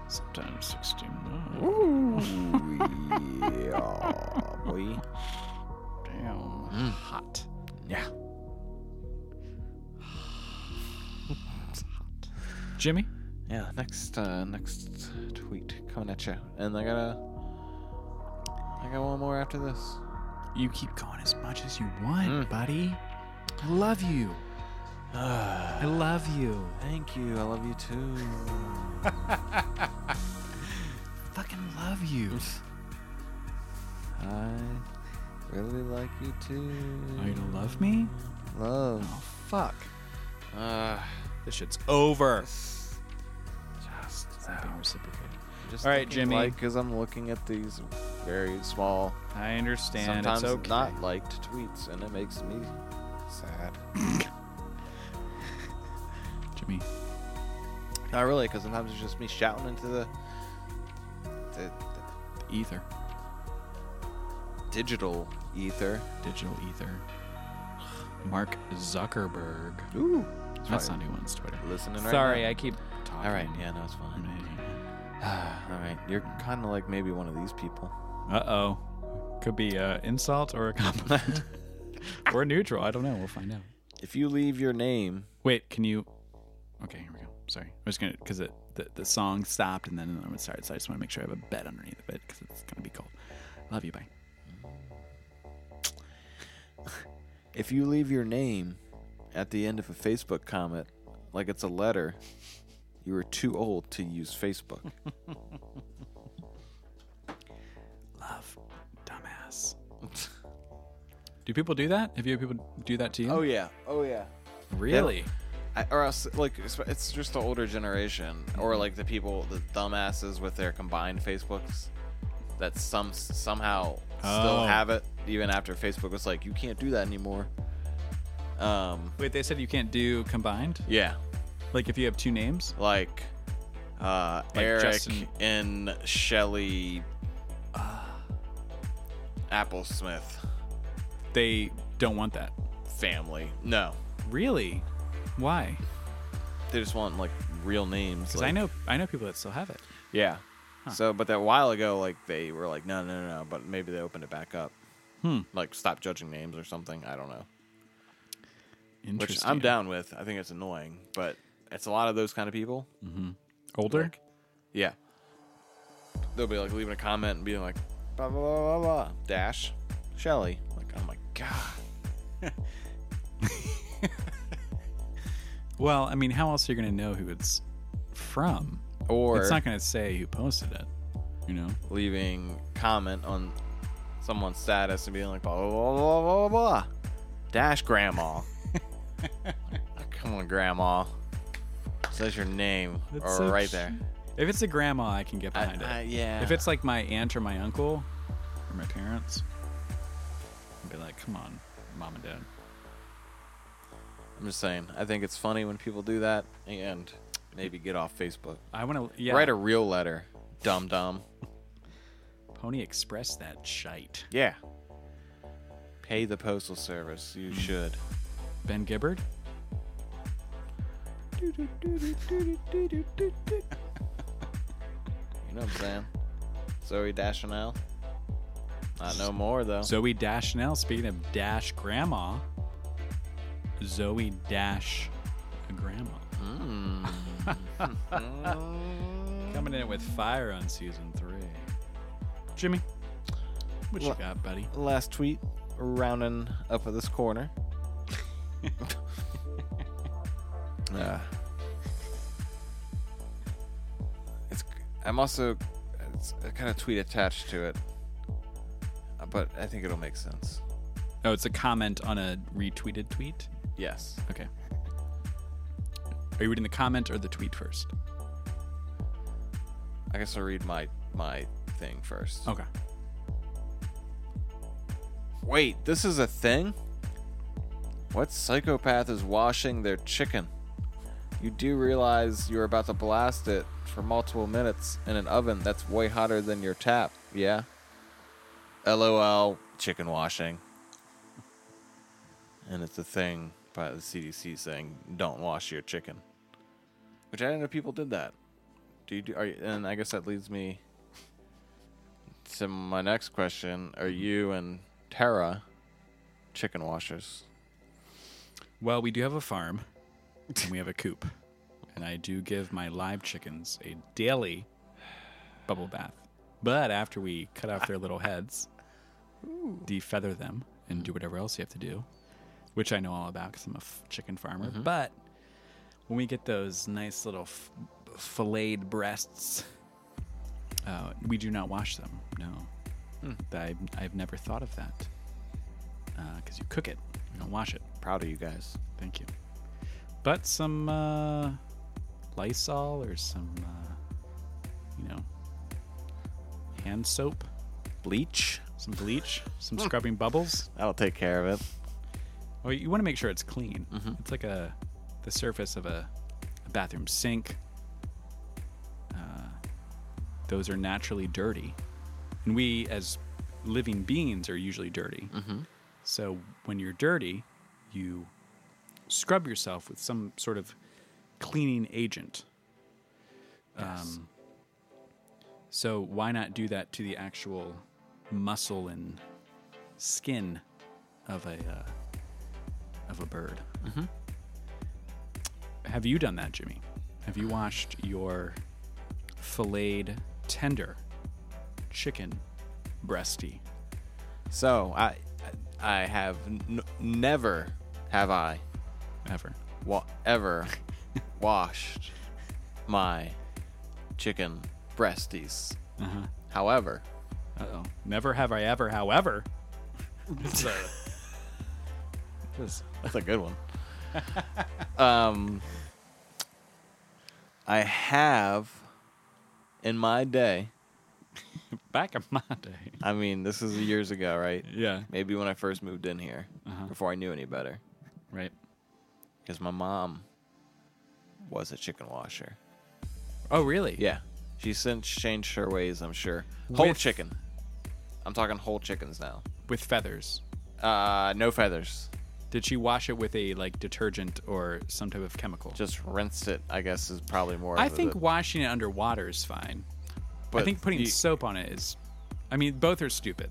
[SPEAKER 5] Sometimes 69.
[SPEAKER 2] yeah, boy.
[SPEAKER 5] Damn. Mm, Hot. [sighs]
[SPEAKER 2] Yeah.
[SPEAKER 5] Jimmy?
[SPEAKER 2] Yeah, next uh, next tweet coming at you, and I gotta, I got one more after this.
[SPEAKER 5] You keep going as much as you want, buddy. Mm. I love [sighs] you. I love you.
[SPEAKER 2] Thank you, I love you too.
[SPEAKER 5] [laughs] Fucking love you.
[SPEAKER 2] I really like you too.
[SPEAKER 5] Are Oh, you gonna love me?
[SPEAKER 2] love.
[SPEAKER 5] Oh, fuck.
[SPEAKER 2] Uh,
[SPEAKER 5] This shit's over.
[SPEAKER 2] just,
[SPEAKER 5] It's not being reciprocated.
[SPEAKER 2] just
[SPEAKER 5] All right, Jimmy.
[SPEAKER 2] Because I'm looking at these very small,
[SPEAKER 5] I understand.
[SPEAKER 2] sometimes
[SPEAKER 5] it's okay.
[SPEAKER 2] not liked tweets, and it makes me
[SPEAKER 5] [laughs]
[SPEAKER 2] sad.
[SPEAKER 5] Jimmy.
[SPEAKER 2] Not really, because sometimes it's just me shouting into the, the,
[SPEAKER 5] The ether.
[SPEAKER 2] the digital ether.
[SPEAKER 5] Digital ether. Mark Zuckerberg.
[SPEAKER 2] Ooh,
[SPEAKER 5] That's not anyone's Twitter.
[SPEAKER 2] listening. Right
[SPEAKER 5] Sorry,
[SPEAKER 2] now.
[SPEAKER 5] I keep talking.
[SPEAKER 2] All right, yeah, no, it's fine. [sighs] All right, you're kind of like maybe one of these people.
[SPEAKER 5] Uh oh. Could be uh, insult or a [laughs] compliment. or neutral. I don't know. We'll find out.
[SPEAKER 2] If you leave your name,
[SPEAKER 5] Wait, can you. Okay, here we go. Sorry. I was going to. Because the, the song stopped and then another one started. So I just want to make sure I have a bed underneath the bed because it's going to be cold. Love you. Bye.
[SPEAKER 2] if you leave your name at the end of a Facebook comment, like it's a letter, you are too old to use Facebook.
[SPEAKER 5] Love. Dumbass. Do people do that? Have you had people do that to
[SPEAKER 2] [laughs]
[SPEAKER 5] you?
[SPEAKER 2] oh yeah, oh yeah.
[SPEAKER 5] really?
[SPEAKER 2] I, or else, like, it's- it's just the older generation, or like the people, the dumbasses with their combined Facebooks, that some somehow
[SPEAKER 5] Oh.
[SPEAKER 2] still have it, even after Facebook was like, you can't do that anymore. Um,
[SPEAKER 5] Wait, they said you can't do combined?
[SPEAKER 2] yeah,
[SPEAKER 5] Like if you have two names?
[SPEAKER 2] like uh
[SPEAKER 5] Like
[SPEAKER 2] Eric
[SPEAKER 5] Justin-
[SPEAKER 2] and Shelly uh, Applesmith
[SPEAKER 5] They don't want that.
[SPEAKER 2] family. No.
[SPEAKER 5] Really? Why?
[SPEAKER 2] They just want like real names.
[SPEAKER 5] Because
[SPEAKER 2] like-
[SPEAKER 5] I know I know people that still have it.
[SPEAKER 2] Yeah. So but that while ago like they were like no no no no but maybe they opened it back up.
[SPEAKER 5] Hmm.
[SPEAKER 2] Like stop judging names or something. I don't know.
[SPEAKER 5] Interesting.
[SPEAKER 2] Which I'm down with. I think it's annoying, but it's a lot of those kind of people.
[SPEAKER 5] Older?
[SPEAKER 2] Like, yeah. They'll be like leaving a comment and being like, blah, blah, blah, blah, blah, dash, Shelly. Like, oh my God.
[SPEAKER 5] Well, I mean, how else are you going to know who it's from?
[SPEAKER 2] Or
[SPEAKER 5] it's not going to say who posted it, you know?
[SPEAKER 2] leaving comment on someone's status and being like, blah, blah, blah, blah, blah, blah, blah
[SPEAKER 5] [laughs]
[SPEAKER 2] dash grandma. Come on, grandma. Says your name
[SPEAKER 5] That's
[SPEAKER 2] or
[SPEAKER 5] so
[SPEAKER 2] right
[SPEAKER 5] ch-
[SPEAKER 2] there.
[SPEAKER 5] If it's a grandma, I can get
[SPEAKER 2] I-
[SPEAKER 5] behind
[SPEAKER 2] I-
[SPEAKER 5] it.
[SPEAKER 2] yeah.
[SPEAKER 5] If it's like my aunt or my uncle or my parents, I'd be like, come on, mom and dad.
[SPEAKER 2] I'm just saying. I think it's funny when people do that and maybe get off Facebook.
[SPEAKER 5] I want to yeah,
[SPEAKER 2] Write a real letter, dum dum.
[SPEAKER 5] Pony Express that shite.
[SPEAKER 2] Yeah. Pay the postal service. You
[SPEAKER 5] Hmm.
[SPEAKER 2] should.
[SPEAKER 5] Ben Gibbard?
[SPEAKER 2] You know what I'm saying? Zoe Dashanel. Not no more though.
[SPEAKER 5] Zoe Dashnell, speaking of Dash Grandma, Zoe Dash Grandma.
[SPEAKER 2] Hmm.
[SPEAKER 5] [laughs] Coming in with fire on season three. Jimmy, what you
[SPEAKER 2] Well-
[SPEAKER 5] got, buddy?
[SPEAKER 2] Last tweet, rounding up of this corner. uh, it's. I'm also. It's a kind of tweet attached to it, uh, but I think it'll make sense.
[SPEAKER 5] Oh, it's a comment on a retweeted tweet.
[SPEAKER 2] Yes.
[SPEAKER 5] Okay. Are you reading the comment or the tweet first?
[SPEAKER 2] I guess I'll read my my thing first.
[SPEAKER 5] Okay.
[SPEAKER 2] Wait, this is a thing? What psychopath is washing their chicken? You do realize you're about to blast it for multiple minutes in an oven that's way hotter than your tap, yeah? LOL, chicken washing. And it's a thing by the CDC saying, don't wash your chicken. Which I didn't know people did that. Do you do, are you, and I guess that leads me to my next question. Are you and Tara chicken washers?
[SPEAKER 5] Well, we do have a farm and we have a coop. And I do give my live chickens a daily bubble bath. But after we cut off their little heads, defeather them, and do whatever else you have to do, which I know all about because I'm a f- chicken farmer. But when we get those nice little f- filleted breasts, uh, we do not wash them. No. I've, I've never thought of that. Because you cook it, you don't wash it.
[SPEAKER 2] Proud of you guys.
[SPEAKER 5] Thank you. But some uh, Lysol or some, uh, you know, hand soap,
[SPEAKER 2] Bleach?
[SPEAKER 5] some bleach,
[SPEAKER 2] [laughs]
[SPEAKER 5] some scrubbing bubbles.
[SPEAKER 2] That'll take care of it.
[SPEAKER 5] Oh, you want to make sure it's clean. It's like a the surface of a, a bathroom sink. Uh, those are naturally dirty, and we as living beings are usually dirty. So when you're dirty, you scrub yourself with some sort of cleaning agent. Um, so why not do that to the actual muscle and skin of a uh, of a bird.
[SPEAKER 2] Mm-hmm.
[SPEAKER 5] Have you done that, Jimmy? Have you washed your filleted, tender chicken breasty?
[SPEAKER 2] So I, I have n- never have I
[SPEAKER 5] Ever.
[SPEAKER 2] wa- [laughs] ever washed my chicken breasties. However,
[SPEAKER 5] Uh oh. Never have I ever, however. It's a- it's-
[SPEAKER 2] That's a good one. [laughs] um, I have in my day.
[SPEAKER 5] back in my day.
[SPEAKER 2] I mean, this is years ago, right?
[SPEAKER 5] Yeah.
[SPEAKER 2] Maybe when I first moved in here,
[SPEAKER 5] Uh-huh.
[SPEAKER 2] before I knew any better,
[SPEAKER 5] Right.
[SPEAKER 2] because my mom was a chicken washer.
[SPEAKER 5] Oh, really?
[SPEAKER 2] Yeah, she's since changed her ways. I'm sure. Whole
[SPEAKER 5] With-
[SPEAKER 2] chicken. I'm talking whole chickens now.
[SPEAKER 5] With feathers.
[SPEAKER 2] Uh, no feathers.
[SPEAKER 5] Did she wash it with a like detergent or some type of chemical?
[SPEAKER 2] Just rinsed it. I guess is probably more.
[SPEAKER 5] I
[SPEAKER 2] of
[SPEAKER 5] think
[SPEAKER 2] the-
[SPEAKER 5] washing it underwater is fine. I
[SPEAKER 2] but
[SPEAKER 5] think putting
[SPEAKER 2] you-
[SPEAKER 5] soap on it is. I mean, both are stupid.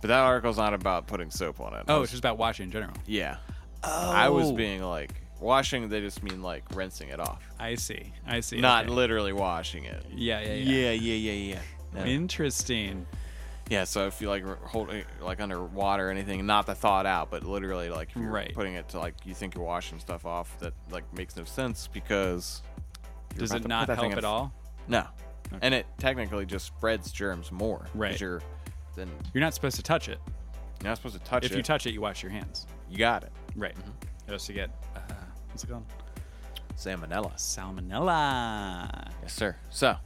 [SPEAKER 2] But that article's not about putting soap on it.
[SPEAKER 5] Oh, it's just about washing in general.
[SPEAKER 2] Yeah. I was
[SPEAKER 5] Oh.
[SPEAKER 2] being like washing. They just mean like rinsing it off,
[SPEAKER 5] I see. I see.
[SPEAKER 2] not
[SPEAKER 5] okay.
[SPEAKER 2] literally washing it.
[SPEAKER 5] Yeah, yeah,
[SPEAKER 2] Yeah,
[SPEAKER 5] yeah.
[SPEAKER 2] yeah, yeah, yeah. No.
[SPEAKER 5] Interesting.
[SPEAKER 2] yeah, so if you like r- holding like underwater or anything, not the thought out, but literally like if you're
[SPEAKER 5] Right.
[SPEAKER 2] putting it to like you think you're washing stuff off, that like makes no sense because you're
[SPEAKER 5] Does
[SPEAKER 2] about to
[SPEAKER 5] it
[SPEAKER 2] put
[SPEAKER 5] not
[SPEAKER 2] that thing
[SPEAKER 5] help
[SPEAKER 2] in
[SPEAKER 5] at
[SPEAKER 2] f-
[SPEAKER 5] all?
[SPEAKER 2] No, and it technically just spreads germs more. 'cause
[SPEAKER 5] Right.
[SPEAKER 2] You're then
[SPEAKER 5] You're not supposed to touch it.
[SPEAKER 2] you're not supposed to touch it.
[SPEAKER 5] If
[SPEAKER 2] Mm-hmm.
[SPEAKER 5] you touch it, you wash your hands.
[SPEAKER 2] you got it.
[SPEAKER 5] Right. You also get uh, what's it called?
[SPEAKER 2] Salmonella.
[SPEAKER 5] Salmonella.
[SPEAKER 2] Yes, sir. So,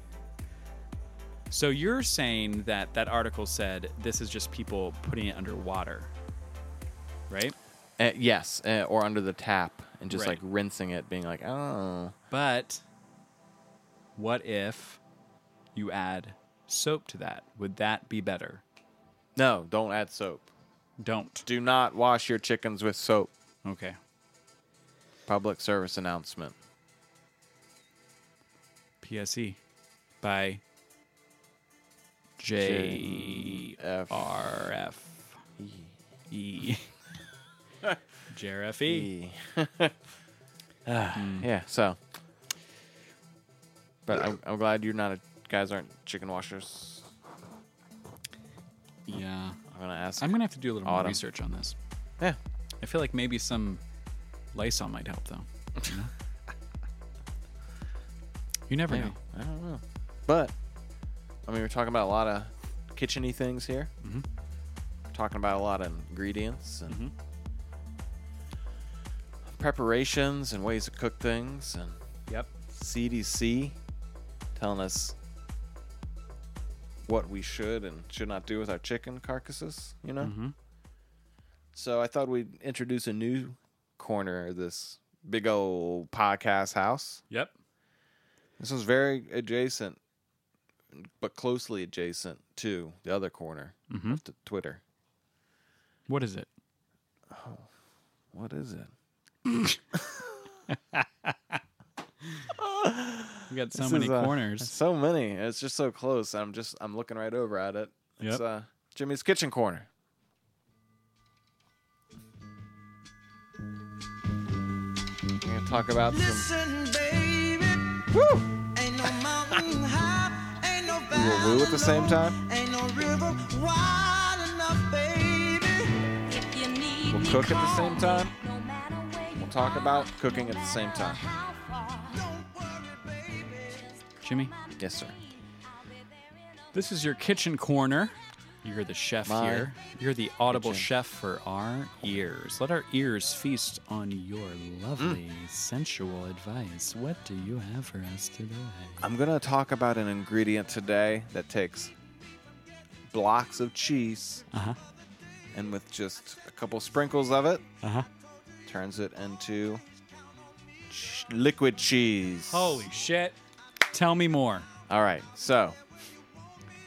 [SPEAKER 5] So you're saying that that article said this is just people putting it underwater, right?
[SPEAKER 2] uh, yes, uh, or under the tap and just
[SPEAKER 5] Right.
[SPEAKER 2] like rinsing it, being like, oh,
[SPEAKER 5] But what if you add soap to that? Would that be better?
[SPEAKER 2] no, don't add soap.
[SPEAKER 5] Don't.
[SPEAKER 2] Do not wash your chickens with soap.
[SPEAKER 5] Okay.
[SPEAKER 2] Public service announcement.
[SPEAKER 5] PSE E. by J
[SPEAKER 2] F.
[SPEAKER 5] R F E. JRFE.
[SPEAKER 2] [laughs] Yeah, so. But I'm, I'm glad you're not a guys aren't chicken washers.
[SPEAKER 5] Yeah.
[SPEAKER 2] I'm gonna ask.
[SPEAKER 5] I'm going to have to do a little more
[SPEAKER 2] Autumn.
[SPEAKER 5] research on this.
[SPEAKER 2] yeah,
[SPEAKER 5] I feel like maybe some Lysol might help, though. You, know? [laughs] You never
[SPEAKER 2] maybe.
[SPEAKER 5] know.
[SPEAKER 2] I don't know. But I mean, we're talking about a lot of kitcheny things here. Mm-hmm. Talking about a lot of ingredients and
[SPEAKER 5] Mm-hmm.
[SPEAKER 2] preparations and ways to cook things and
[SPEAKER 5] Yep.
[SPEAKER 2] CDC telling us what we should and should not do with our chicken carcasses, you know?
[SPEAKER 5] Mm-hmm.
[SPEAKER 2] So I thought we'd introduce a new corner of this big old podcast house.
[SPEAKER 5] Yep.
[SPEAKER 2] This one's very adjacent, but closely adjacent to the other corner,
[SPEAKER 5] Mm-hmm.
[SPEAKER 2] of the Twitter.
[SPEAKER 5] What is it?
[SPEAKER 2] What is it?
[SPEAKER 5] We got so
[SPEAKER 2] This
[SPEAKER 5] many
[SPEAKER 2] is, uh,
[SPEAKER 5] corners.
[SPEAKER 2] So many. It's just so close. I'm just I'm looking right over at it. It's
[SPEAKER 5] Yep.
[SPEAKER 2] uh, Jimmy's kitchen corner. We're gonna talk about some
[SPEAKER 3] Listen, baby. Ain't no
[SPEAKER 2] [laughs]
[SPEAKER 3] mountain high, ain't no
[SPEAKER 2] will woo at the same time.
[SPEAKER 3] Ain't no river wide enough, baby.
[SPEAKER 6] We'll cook at the same time. We'll
[SPEAKER 2] Talk about cooking at the same time.
[SPEAKER 3] Don't worry, baby.
[SPEAKER 5] Jimmy,
[SPEAKER 2] Yes, sir.
[SPEAKER 5] this is your kitchen corner. You're the chef
[SPEAKER 2] My
[SPEAKER 5] here. You're the audible
[SPEAKER 2] kitchen.
[SPEAKER 5] chef for our ears. Let our ears feast on your lovely, sensual advice. What do you have for us today?
[SPEAKER 2] I'm gonna talk about an ingredient today that takes blocks of cheese
[SPEAKER 5] Uh-huh.
[SPEAKER 2] and with just a couple sprinkles of it,
[SPEAKER 5] Uh huh.
[SPEAKER 2] turns it into ch- liquid cheese.
[SPEAKER 5] Holy shit. Tell me more.
[SPEAKER 2] All right, so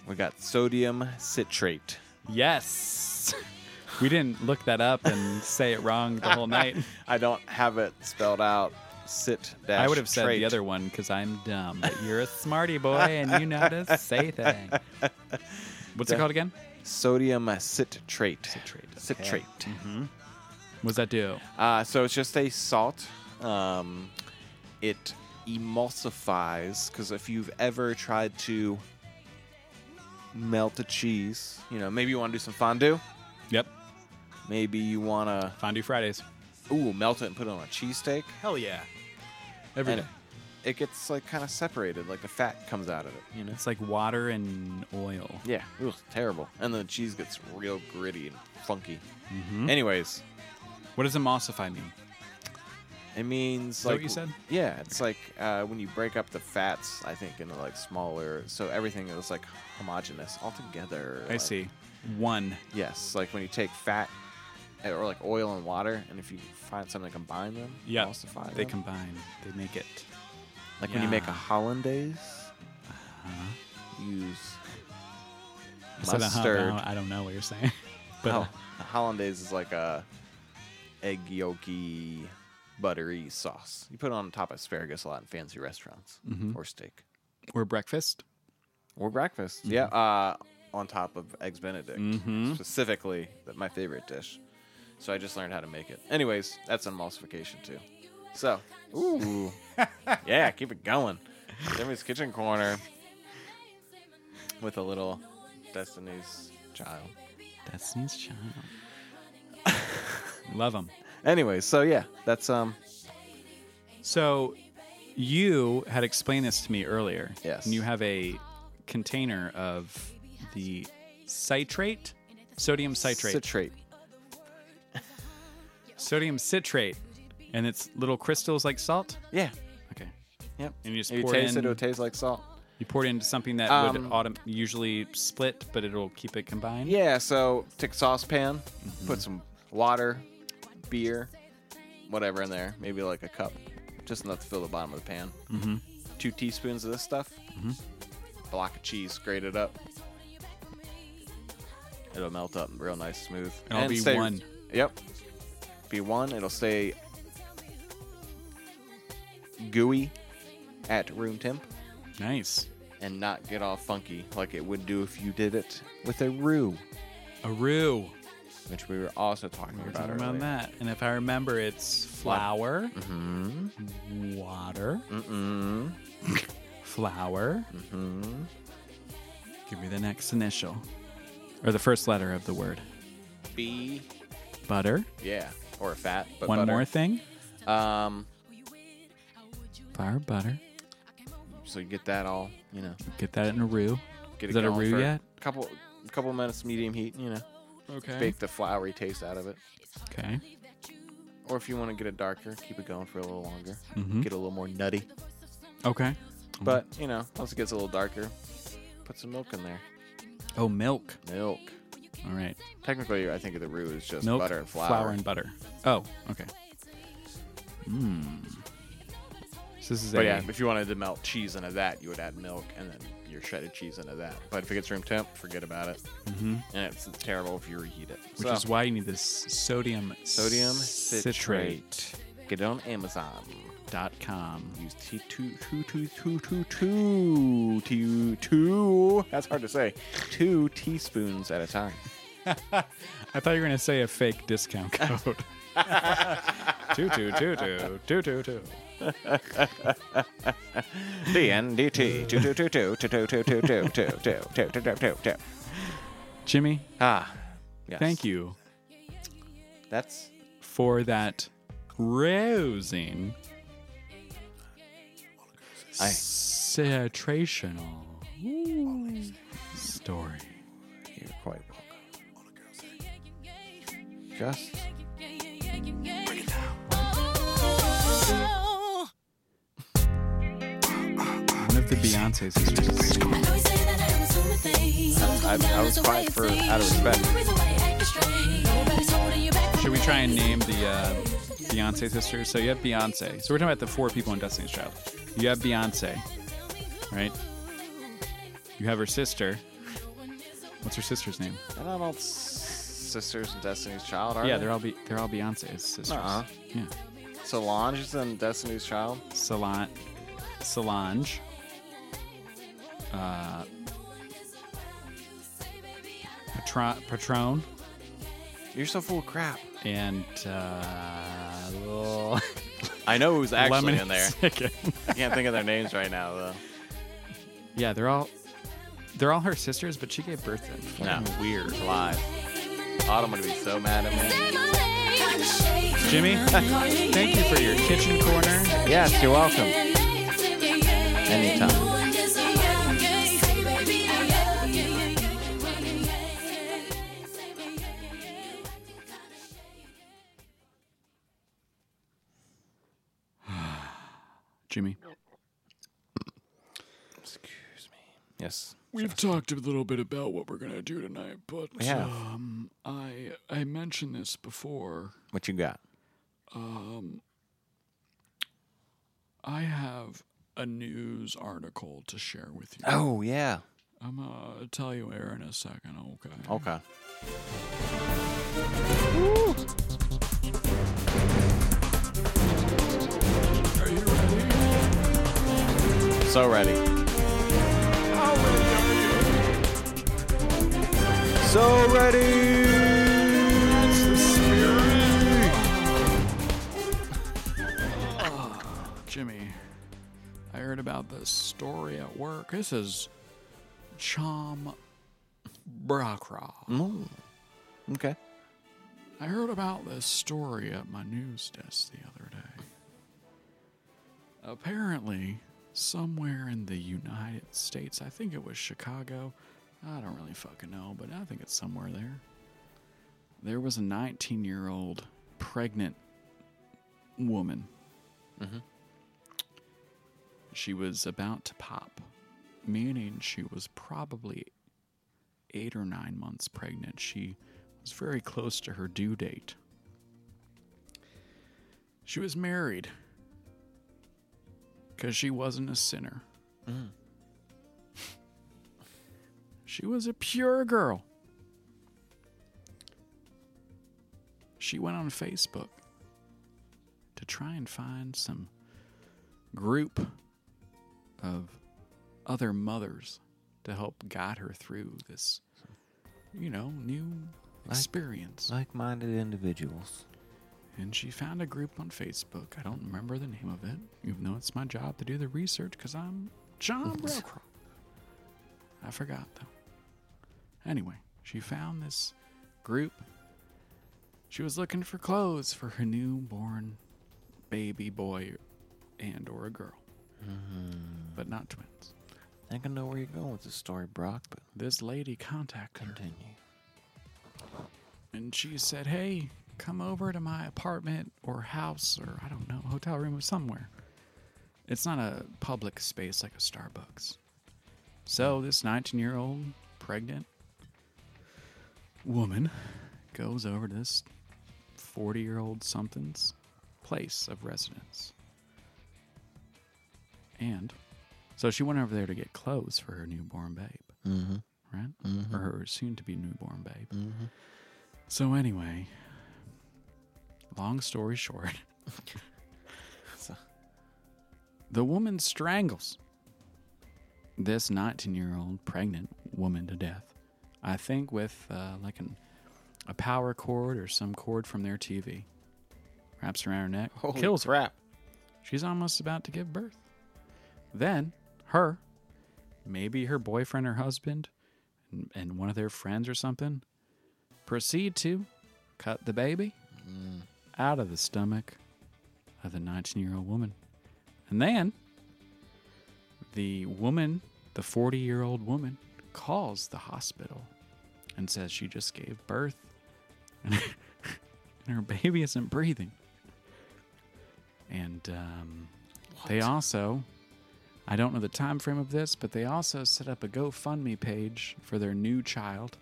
[SPEAKER 2] we got sodium citrate.
[SPEAKER 5] Yes. [laughs] We didn't look that up and say it wrong the whole night.
[SPEAKER 2] I don't have it spelled out. Sit dash.
[SPEAKER 5] I would have said
[SPEAKER 2] trait.
[SPEAKER 5] the other one because I'm dumb, but you're a smarty boy and you know how to say things. What's it called again?
[SPEAKER 2] sodium citrate. Citrate. Citrate.
[SPEAKER 5] What's that do?
[SPEAKER 2] Uh, so it's just a salt. Um, it emulsifies because if you've ever tried to melt a cheese, you know maybe you want to do some fondue.
[SPEAKER 5] Yep.
[SPEAKER 2] Maybe you want to
[SPEAKER 5] Fondue Fridays.
[SPEAKER 2] ooh melt it and put it on a cheesesteak.
[SPEAKER 5] Hell yeah. Every
[SPEAKER 2] And
[SPEAKER 5] day.
[SPEAKER 2] It gets like kind of separated, like the fat comes out of it. You know.
[SPEAKER 5] It's like water and oil.
[SPEAKER 2] Yeah, it was terrible. And the cheese gets real gritty and funky. Anyways,
[SPEAKER 5] What does emulsify mean?
[SPEAKER 2] it means
[SPEAKER 5] that
[SPEAKER 2] like
[SPEAKER 5] what you said?
[SPEAKER 2] Yeah, it's like uh, when you break up the fats, I think, into like smaller, so everything is like homogenous all together.
[SPEAKER 5] I
[SPEAKER 2] like-
[SPEAKER 5] see. One.
[SPEAKER 2] Yes, like when you take fat uh, or like oil and water, and if you find something to combine them,
[SPEAKER 5] Yeah.
[SPEAKER 2] emulsify
[SPEAKER 5] They
[SPEAKER 2] them.
[SPEAKER 5] combine. They make it.
[SPEAKER 2] like when you make a
[SPEAKER 5] yeah. Uh-huh.
[SPEAKER 2] hollandaise, use
[SPEAKER 5] I said, uh-huh,
[SPEAKER 2] mustard.
[SPEAKER 5] no, I don't know what you're saying. But
[SPEAKER 2] oh,
[SPEAKER 5] uh,
[SPEAKER 2] a hollandaise is like a egg yolky, buttery sauce. You put it on top of asparagus a lot in fancy restaurants or steak
[SPEAKER 5] we're breakfast.
[SPEAKER 2] or breakfast. Yeah, uh, on top of eggs Benedict specifically, that my favorite dish. So I just learned how to make it. Anyways, that's an emulsification too. So, ooh, yeah, keep it going. Jimmy's kitchen corner with a little Destiny's Child.
[SPEAKER 5] Destiny's Child. Love them.
[SPEAKER 2] Anyway, so yeah, that's um
[SPEAKER 5] So you had explained this to me earlier.
[SPEAKER 2] Yes.
[SPEAKER 5] And you have a container of the citrate, sodium citrate,
[SPEAKER 2] citrate.
[SPEAKER 5] sodium citrate, and it's little crystals like salt.
[SPEAKER 2] Yeah. Yep.
[SPEAKER 1] And you just
[SPEAKER 2] If you
[SPEAKER 1] pour in-
[SPEAKER 2] taste it, it'll taste like salt.
[SPEAKER 1] You pour it into something that
[SPEAKER 2] Um,
[SPEAKER 1] would autom- usually split, but it'll keep it combined.
[SPEAKER 2] Yeah, so take a saucepan,
[SPEAKER 1] Mm-hmm.
[SPEAKER 2] put some water, beer, whatever in there, maybe like a cup, just enough to fill the bottom of the pan. Mm-hmm. Two teaspoons of this stuff,
[SPEAKER 1] Mm-hmm.
[SPEAKER 2] block of cheese, grate it up. It'll melt up real nice, smooth.
[SPEAKER 1] It'll be
[SPEAKER 2] stay-
[SPEAKER 1] one.
[SPEAKER 2] Yep. Be one. It'll stay gooey at room temp
[SPEAKER 1] Nice.
[SPEAKER 2] and not get all funky like it would do if you did it with a roux
[SPEAKER 1] A roux.
[SPEAKER 2] which we were also talking
[SPEAKER 1] We're
[SPEAKER 2] about
[SPEAKER 1] talking about
[SPEAKER 2] earlier.
[SPEAKER 1] that. And if I remember, it's flour,
[SPEAKER 2] Mm-hmm.
[SPEAKER 1] water, flour.
[SPEAKER 2] Mm-hmm.
[SPEAKER 1] Give me the next initial or the first letter of the word.
[SPEAKER 2] B,
[SPEAKER 1] Butter.
[SPEAKER 2] yeah, or fat. But
[SPEAKER 1] One
[SPEAKER 2] butter.
[SPEAKER 1] more thing.
[SPEAKER 2] Um,
[SPEAKER 1] Flour, butter.
[SPEAKER 2] so you get that all, you know.
[SPEAKER 1] Get that in a roux.
[SPEAKER 2] Get
[SPEAKER 1] Is
[SPEAKER 2] it
[SPEAKER 1] that a
[SPEAKER 2] going
[SPEAKER 1] roux
[SPEAKER 2] for
[SPEAKER 1] yet?
[SPEAKER 2] Couple, couple minutes, medium heat, you know.
[SPEAKER 1] Okay.
[SPEAKER 2] Bake the floury taste out of it.
[SPEAKER 1] Okay.
[SPEAKER 2] Or if you want to get it darker, keep it going for a little longer.
[SPEAKER 1] Mm-hmm.
[SPEAKER 2] Get a little more nutty.
[SPEAKER 1] Okay.
[SPEAKER 2] But you know, once it gets a little darker, put some milk in there.
[SPEAKER 1] Oh, milk.
[SPEAKER 2] Milk.
[SPEAKER 1] All right.
[SPEAKER 2] Technically, I think the roux is just
[SPEAKER 1] Milk,
[SPEAKER 2] butter and flour.
[SPEAKER 1] and butter. Oh, okay. Mm. So this is a.
[SPEAKER 2] But yeah, if you wanted to melt cheese into that, you would add milk and then your shredded cheese into that. But if it gets room temp, forget about it. Mm-hmm. And it's, it's terrible if you reheat it.
[SPEAKER 1] which
[SPEAKER 2] So,
[SPEAKER 1] is why you need this sodium
[SPEAKER 2] sodium
[SPEAKER 1] citrate.
[SPEAKER 2] citrate. Get it on Amazon.
[SPEAKER 1] dot com.
[SPEAKER 2] Use T two two two two two two two two. That's hard
[SPEAKER 1] [laughs]
[SPEAKER 2] to say. Two teaspoons at a time.
[SPEAKER 1] I thought you were gonna say a fake discount code. two two two two two two two. [laughs]
[SPEAKER 2] DNDT two two two two two two two two two two two two two two two two.
[SPEAKER 1] Jimmy,
[SPEAKER 2] Ah, yes.
[SPEAKER 1] thank you
[SPEAKER 2] That's
[SPEAKER 1] for that rousing
[SPEAKER 2] I-
[SPEAKER 1] citrational story.
[SPEAKER 2] you're quite welcome. Just
[SPEAKER 1] One of the Beyonce sisters is singing.
[SPEAKER 6] I, I was quiet for out of respect.
[SPEAKER 1] Should we try and name the uh, Beyonce sisters? So you have Beyonce. So we're talking about the four people in Destiny's Child. You have Beyonce, right? You have her sister. What's her sister's name?
[SPEAKER 2] They're not all s- sisters in Destiny's Child, are
[SPEAKER 1] yeah,
[SPEAKER 2] they?
[SPEAKER 1] they're all be- they're all Beyonce's sisters.
[SPEAKER 2] Nuh-uh.
[SPEAKER 1] Yeah,
[SPEAKER 2] Solange is in Destiny's Child.
[SPEAKER 1] Solange, Solange, uh, Patron, Patron,
[SPEAKER 2] You're so full of crap.
[SPEAKER 1] and uh, Lil-
[SPEAKER 2] I know who's actually
[SPEAKER 1] Lemon
[SPEAKER 2] in there. [laughs]
[SPEAKER 1] Chicken.
[SPEAKER 2] I can't think of their names right now, though.
[SPEAKER 1] [laughs] Yeah, they're all they're all her sisters, but she gave birth to them.
[SPEAKER 2] No. Weird. Live. Autumn would be so mad at me.
[SPEAKER 1] Jimmy, thank you for your kitchen corner.
[SPEAKER 2] Yes, you're welcome.
[SPEAKER 6] Anytime.
[SPEAKER 1] Jimmy,
[SPEAKER 2] Excuse me. Yes.
[SPEAKER 7] We've talked a little bit about what we're gonna do tonight, but
[SPEAKER 2] We [gasps] have.
[SPEAKER 7] um, I I mentioned this before.
[SPEAKER 2] What you got?
[SPEAKER 7] I have a news article to share with you.
[SPEAKER 2] Oh, yeah.
[SPEAKER 7] I'm gonna tell you, Aaron, in a second. Okay.
[SPEAKER 2] Okay.
[SPEAKER 7] Are you ready?
[SPEAKER 2] So ready. So ready.
[SPEAKER 7] Jimmy, I heard about this story at work. This is Chom Brakra.
[SPEAKER 2] Okay.
[SPEAKER 7] I heard about this story at my news desk the other day. Apparently, somewhere in the United States, I think it was Chicago, I don't really fucking know, but I think it's somewhere there. There was a 19 year old pregnant woman.
[SPEAKER 1] She was about to pop, meaning she was probably eight or nine months pregnant. She was very close to her due date. She was married because she wasn't a sinner. Mm. she was a pure girl. She went on Facebook to try and find some group of other mothers to help guide her through this, you know, new experience.
[SPEAKER 2] Like minded individuals.
[SPEAKER 1] And she found a group on Facebook. I don't remember the name of it, even though it's my job to do the research because I'm
[SPEAKER 5] [laughs]
[SPEAKER 1] John Brocroft. I forgot though. Anyway, she found this group. She was looking for clothes for her newborn baby boy and or a girl. But not twins.
[SPEAKER 2] I think I know where you're going with this story, Brock, but
[SPEAKER 1] This lady contacted her
[SPEAKER 2] continue.
[SPEAKER 1] and she said, "Hey, come over to my apartment or house or I don't know, hotel room or somewhere. It's not a public space like a Starbucks." So this 19-year-old pregnant woman goes over to this 40-year-old something's place of residence. And so she went over there to get clothes for her newborn babe. Mm-hmm. Right? Or her soon to be newborn babe. So anyway, long story short, [laughs] the woman strangles this 19-year-old pregnant woman to death. I think with uh, like an a power cord or some cord from their TV. Wraps around her neck, kills her.
[SPEAKER 2] crap.
[SPEAKER 1] She's almost about to give birth. Then, her, maybe her boyfriend or husband, and, and one of their friends or something, proceed to cut the baby out of the stomach of the 19 year old woman. And then, the woman, the 40 year old woman, calls the hospital and says she just gave birth [laughs] and her baby isn't breathing. And um, they also, I don't know the time frame of this, but they also set up a GoFundMe page for their new child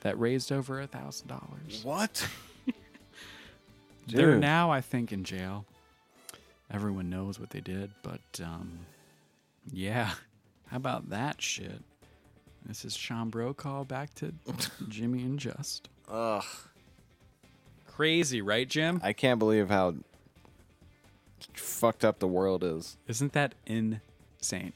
[SPEAKER 1] that raised over a thousand dollars.
[SPEAKER 2] What?
[SPEAKER 1] They're
[SPEAKER 2] Dude.
[SPEAKER 1] now, I think, in jail. Everyone knows what they did, but um, yeah, [laughs] how about that shit? This is Sean Brokaw back
[SPEAKER 2] [laughs]
[SPEAKER 1] to Jimmy and Just.
[SPEAKER 2] Ugh.
[SPEAKER 5] Crazy, right, Jim?
[SPEAKER 2] I can't believe how fucked up the world is.
[SPEAKER 1] Isn't that
[SPEAKER 2] [sighs]
[SPEAKER 1] insane?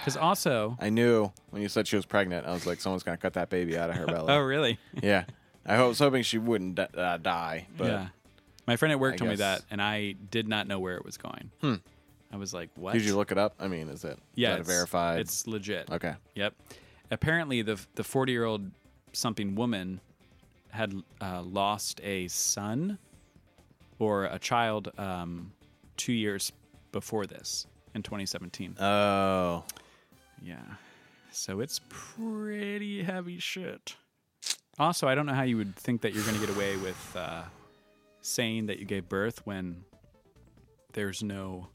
[SPEAKER 1] Because also,
[SPEAKER 2] I knew when you said she was pregnant, I was like, someone's going to cut that baby out of her belly.
[SPEAKER 5] Oh, really?
[SPEAKER 2] Yeah. I was hoping she wouldn't di- uh, die, but
[SPEAKER 1] yeah, my friend at work
[SPEAKER 2] I
[SPEAKER 1] told me
[SPEAKER 2] guess- Hmm.
[SPEAKER 1] that, and I did not know where it was going. I was like, "What?"
[SPEAKER 2] did you look it up? I mean, is it
[SPEAKER 1] Yeah,
[SPEAKER 2] is that
[SPEAKER 1] it's,
[SPEAKER 2] verified?
[SPEAKER 1] It's legit.
[SPEAKER 2] okay.
[SPEAKER 1] Yep. Apparently, the the forty year old something woman had uh, lost a son or a child um, two years before this in 2017.
[SPEAKER 2] Oh,
[SPEAKER 1] Yeah. So it's pretty heavy shit. Also, I don't know how you would think that you're going to get away with uh, saying that you gave birth when there's no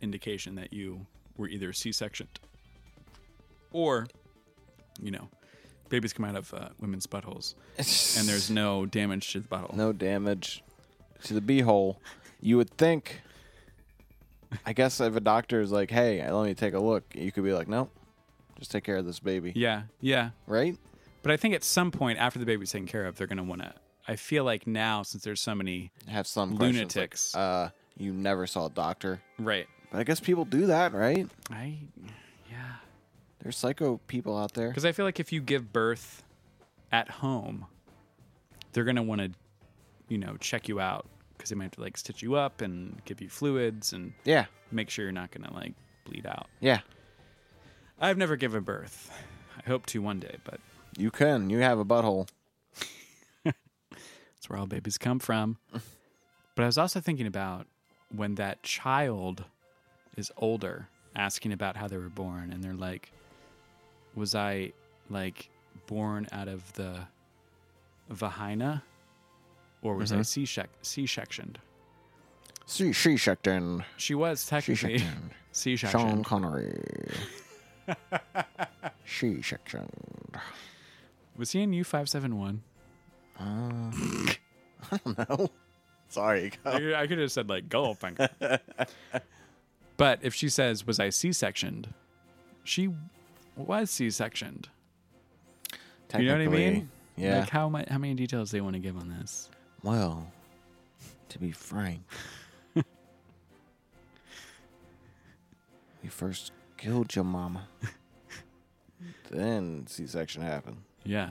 [SPEAKER 1] indication that you were either C-sectioned or, you know, babies come out of uh, women's buttholes and there's no damage to the butthole.
[SPEAKER 2] no damage to the beehole. You would think. I guess if a doctor is like, "Hey, let me take a look," you could be like, "Nope, just take care of this baby,"
[SPEAKER 1] Yeah, yeah.
[SPEAKER 2] right?
[SPEAKER 1] But I think at some point after the baby's taken care of, they're going to want to. I feel like now, since there's so many.
[SPEAKER 2] Have some questions, like,
[SPEAKER 1] Lunatics.
[SPEAKER 2] uh, you never saw a doctor,
[SPEAKER 1] Right.
[SPEAKER 2] but I guess people do that, right?
[SPEAKER 1] I. Yeah.
[SPEAKER 2] There's psycho people out there.
[SPEAKER 1] Because I feel like if you give birth at home, they're gonna want to, you know, check you out because they might have to like stitch you up and give you fluids and
[SPEAKER 2] Yeah,
[SPEAKER 1] make sure you're not gonna like bleed out.
[SPEAKER 2] yeah.
[SPEAKER 1] I've never given birth. I hope to one day, but
[SPEAKER 2] You can. You have a butthole.
[SPEAKER 1] That's where all babies come from. but I was also thinking about when that child is older, asking about how they were born, and they're like, "Was I like born out of the vagina, or was I C-sec- C-sectioned?"
[SPEAKER 2] She she Shakton.
[SPEAKER 1] She was
[SPEAKER 2] She
[SPEAKER 1] technically
[SPEAKER 2] Shakton.
[SPEAKER 1] [laughs] sea
[SPEAKER 2] Sean
[SPEAKER 1] section. [laughs]
[SPEAKER 2] Connery. she Shakton.
[SPEAKER 1] Was he in U five seven one?
[SPEAKER 2] Uh, [laughs] Sorry. [laughs]
[SPEAKER 1] I could have [laughs] said like Goldfinger. but if she says, "Was I C sectioned?" She was C sectioned. You know what I
[SPEAKER 2] Technically,
[SPEAKER 1] mean?
[SPEAKER 2] Yeah.
[SPEAKER 1] Like how much? How many details they want to give on this?
[SPEAKER 2] well, to be
[SPEAKER 1] [laughs]
[SPEAKER 2] frank, we first killed
[SPEAKER 1] [laughs]
[SPEAKER 2] your mama. then C-section happened.
[SPEAKER 1] Yeah,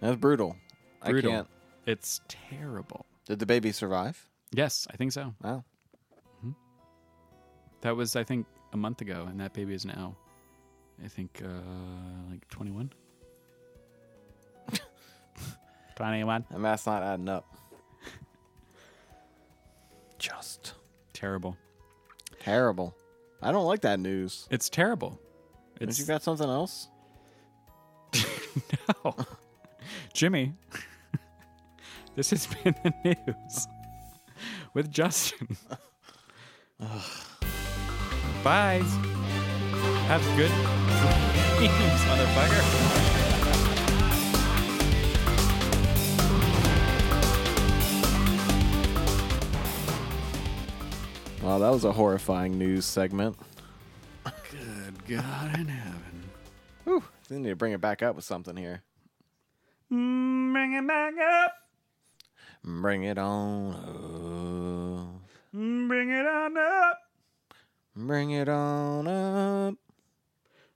[SPEAKER 2] That's brutal.
[SPEAKER 1] brutal.
[SPEAKER 2] I can't.
[SPEAKER 1] It's terrible.
[SPEAKER 2] Did the baby survive?
[SPEAKER 1] Yes, I think so.
[SPEAKER 2] Wow.
[SPEAKER 1] That was I think a month ago, and that baby is now, I think, uh, like twenty one. Twenty one.
[SPEAKER 2] That math's not adding up. Just
[SPEAKER 1] Terrible.
[SPEAKER 2] terrible. I don't like that news.
[SPEAKER 1] It's terrible.
[SPEAKER 2] Did
[SPEAKER 1] It's
[SPEAKER 2] you got something else?
[SPEAKER 1] no. Jimmy, [laughs] this has been the news [laughs] with Justin. Bye. Have good [laughs] dreams, motherfucker.
[SPEAKER 2] Wow, that was a horrifying news segment.
[SPEAKER 1] Good God in heaven.
[SPEAKER 2] Whew. They need to bring it back up with something here.
[SPEAKER 1] Bring it back up.
[SPEAKER 2] Bring it on up.
[SPEAKER 1] Bring it on up.
[SPEAKER 2] Bring it on up.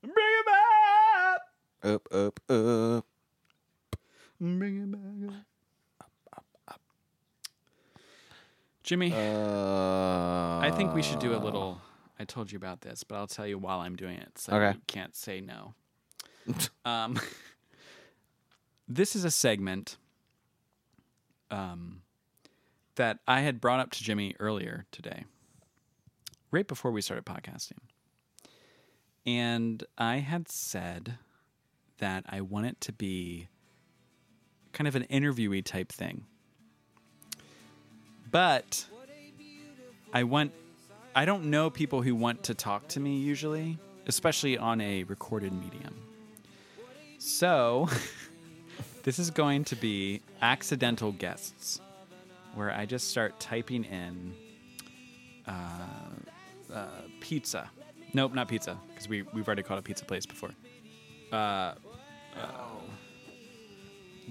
[SPEAKER 1] Bring it back up.
[SPEAKER 2] Up, up, up.
[SPEAKER 1] Bring it back up. Jimmy,
[SPEAKER 2] Uh,
[SPEAKER 1] I think we should do a little. I told you about this, but I'll tell you while I'm doing it, so
[SPEAKER 2] Okay.
[SPEAKER 1] you can't say
[SPEAKER 2] [laughs]
[SPEAKER 1] no. um, this is a segment um, that I had brought up to Jimmy earlier today, right before we started podcasting, and I had said that I want it to be kind of an interviewee type thing, but. I want I don't know people who want to talk to me usually, especially on a recorded medium. So, [laughs] this is going to be accidental guests where I just start typing in uh, uh, pizza. Nope, not pizza, because we, we've already called a pizza place before.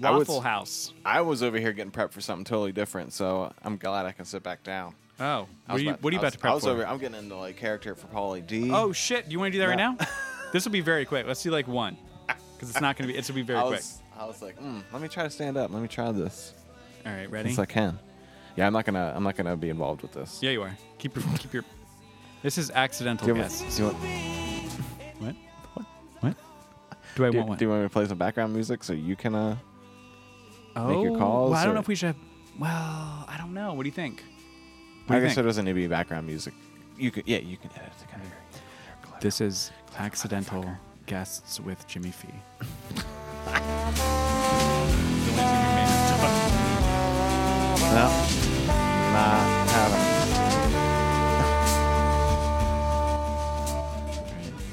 [SPEAKER 2] I was,
[SPEAKER 1] Waffle House.
[SPEAKER 2] I was over here getting prepped for something totally different, so I'm glad I can sit back down.
[SPEAKER 1] Oh,
[SPEAKER 2] I
[SPEAKER 1] what are
[SPEAKER 2] was
[SPEAKER 1] you, what are you
[SPEAKER 2] I
[SPEAKER 1] about
[SPEAKER 2] was-
[SPEAKER 1] to prep
[SPEAKER 2] I was
[SPEAKER 1] for?
[SPEAKER 2] over. I'm getting into like character for E. Paulie D.
[SPEAKER 1] Oh shit! Do you want to do that right
[SPEAKER 2] Yeah.
[SPEAKER 1] [laughs] now? this will be very quick. Let's do like one, because it's not gonna be. It's gonna be very
[SPEAKER 2] I
[SPEAKER 1] quick.
[SPEAKER 2] was, I was like, mm, let me try to stand up. Let me try this.
[SPEAKER 1] All right, ready?
[SPEAKER 2] Yes, I can. Yeah, I'm not gonna. I'm not gonna be involved with this.
[SPEAKER 1] Yeah, you are. Keep your keep your. This is accidental
[SPEAKER 2] Do you, want me,
[SPEAKER 1] guests.
[SPEAKER 2] do, you want,
[SPEAKER 1] What? What? Do I
[SPEAKER 2] do,
[SPEAKER 1] want one?
[SPEAKER 2] do you want me to play some background music so you can? Uh,
[SPEAKER 1] oh,
[SPEAKER 2] make your calls,
[SPEAKER 1] Well, I don't know
[SPEAKER 2] or-
[SPEAKER 1] if we should. Have, well, I don't know. What do you think?
[SPEAKER 2] I
[SPEAKER 1] do you
[SPEAKER 2] guess
[SPEAKER 1] think?
[SPEAKER 2] there doesn't need to be background music. You could. Yeah, you can edit
[SPEAKER 1] [laughs]
[SPEAKER 2] it [laughs] together.
[SPEAKER 1] This is accidental guests with Jimmy Fee.
[SPEAKER 2] No, not having.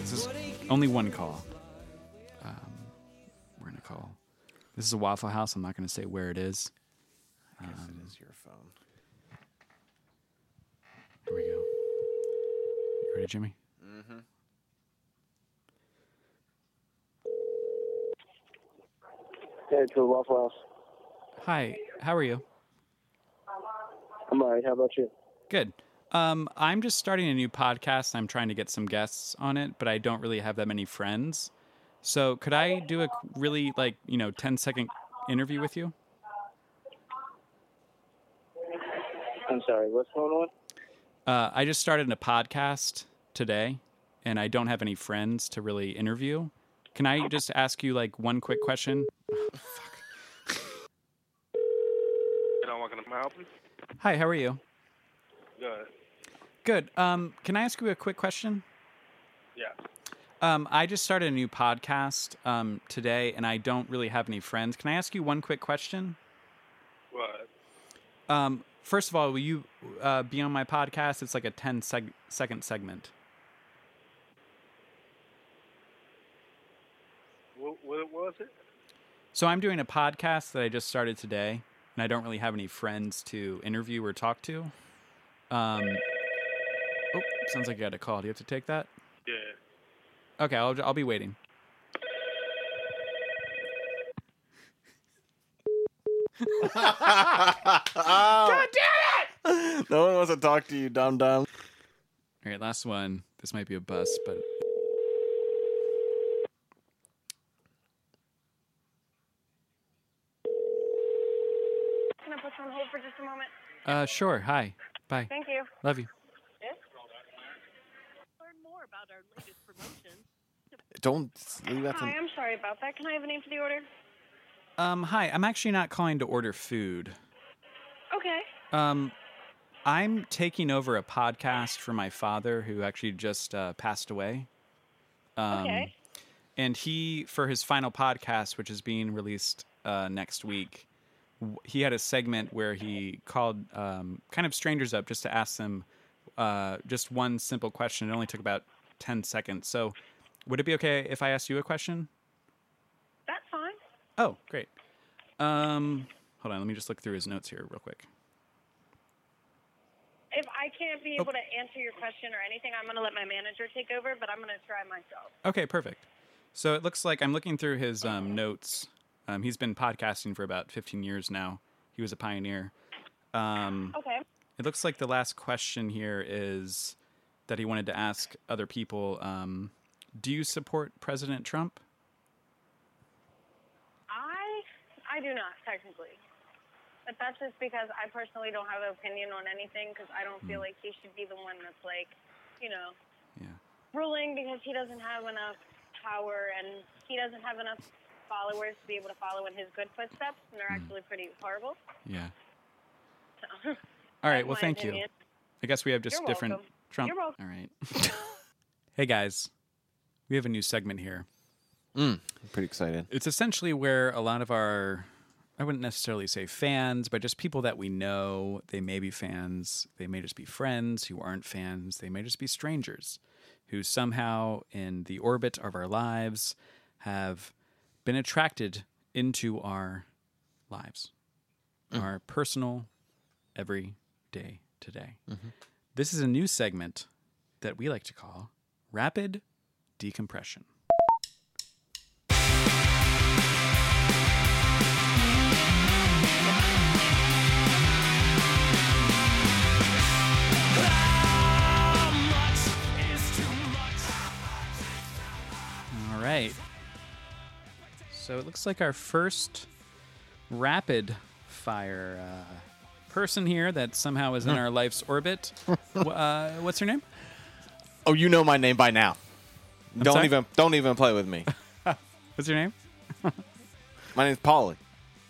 [SPEAKER 1] This is only one call. Um, we're gonna call. This is a Waffle House. I'm not gonna say where it is.
[SPEAKER 2] it is your phone.
[SPEAKER 1] Here we go. You ready, Jimmy?
[SPEAKER 8] Headed to the Waffle House.
[SPEAKER 1] Hi. How are you?
[SPEAKER 8] I'm alright. How about you?
[SPEAKER 1] Good. Um, I'm just starting a new podcast. I'm trying to get some guests on it, but I don't really have that many friends. So could I do a qu- really like you know 10 second interview with you?
[SPEAKER 8] I'm sorry. What's going on?
[SPEAKER 1] Uh, I just started a podcast today, and I don't have any friends to really interview. Can I just ask you like one quick question?
[SPEAKER 9] Hello, how can I help you?
[SPEAKER 1] Hi, how are you?
[SPEAKER 9] Good.
[SPEAKER 1] Good. Um, can I ask you a quick question?
[SPEAKER 9] Yeah.
[SPEAKER 1] Um, I just started a new podcast um, today, and I don't really have any friends. Can I ask you one quick question?
[SPEAKER 9] Well,
[SPEAKER 1] Um, First of all, will you uh, be on my podcast? It's like a 10 seg- second segment.
[SPEAKER 9] What, what was it?
[SPEAKER 1] So I'm doing a podcast that I just started today, and I don't really have any friends to interview or talk to. Um, oh, sounds like you got a call. Do you have to take that?
[SPEAKER 9] Yeah.
[SPEAKER 1] Okay, I'll, I'll be waiting.
[SPEAKER 2] No one wants to talk to you, dumb dumb.
[SPEAKER 1] All right, last one. This might be a bust, but
[SPEAKER 10] Can I put you on hold for just a moment?
[SPEAKER 1] uh, sure. Hi. Bye.
[SPEAKER 10] Thank you.
[SPEAKER 1] Love you.
[SPEAKER 10] Learn more about our latest promotion.
[SPEAKER 2] Don't leave that
[SPEAKER 10] Hi, I'm sorry about that. Can I have a name for the order?
[SPEAKER 1] Um, hi. I'm actually not calling to order food.
[SPEAKER 10] Okay.
[SPEAKER 1] Um, I'm taking over a podcast for my father, who actually just uh, passed away. Um,
[SPEAKER 10] Okay.
[SPEAKER 1] And he, for his final podcast, which is being released uh, next week, w- he had a segment where he called um, kind of strangers up just to ask them uh, just one simple question. It only took about 10 seconds. So, would it be okay if I asked you a question?
[SPEAKER 10] That's fine.
[SPEAKER 1] Oh, great. Um, hold on. Let me just look through his notes here, real quick.
[SPEAKER 10] If I can't be able to answer your question or anything, I'm going to let my manager take over, but I'm going to try myself.
[SPEAKER 1] Okay, perfect. So it looks like I'm looking through his um, notes. Um, he's been podcasting for about 15 years now. He was a pioneer. Um,
[SPEAKER 10] Okay.
[SPEAKER 1] it looks like the last question here is that he wanted to ask other people um, Do you support President Trump?
[SPEAKER 10] I I do not technically. But that's just because I personally don't have an opinion on anything because I don't feel like he should be the one that's like, you know,
[SPEAKER 1] Yeah.
[SPEAKER 10] ruling because he doesn't have enough power and he doesn't have enough followers to be able to follow in his good footsteps and they're actually pretty horrible. [laughs]
[SPEAKER 1] Yeah. All right, well,
[SPEAKER 10] My
[SPEAKER 1] thank you.
[SPEAKER 10] opinion.
[SPEAKER 1] I guess we have just
[SPEAKER 10] You're
[SPEAKER 1] different
[SPEAKER 10] welcome.
[SPEAKER 1] Trump.
[SPEAKER 10] You're welcome.
[SPEAKER 1] All right.
[SPEAKER 10] [laughs]
[SPEAKER 1] hey, guys, we have a new segment here.
[SPEAKER 2] Hmm, I'm pretty excited.
[SPEAKER 1] It's essentially where a lot of our, I wouldn't necessarily say fans, but just people that we know, they may be fans, they may just be friends who aren't fans, they may just be strangers who somehow in the orbit of our lives have been attracted into our lives, our personal, every day today. This is a new segment that we like to call rapid decompression. All right. So it looks like our first rapid fire uh, person here that somehow is in our life's
[SPEAKER 2] [laughs]
[SPEAKER 1] orbit. Wh- uh, what's her name?
[SPEAKER 2] Oh, you know my name by now. don't
[SPEAKER 1] sorry?
[SPEAKER 2] even don't even play with me.
[SPEAKER 1] What's your name?
[SPEAKER 2] My name's Polly.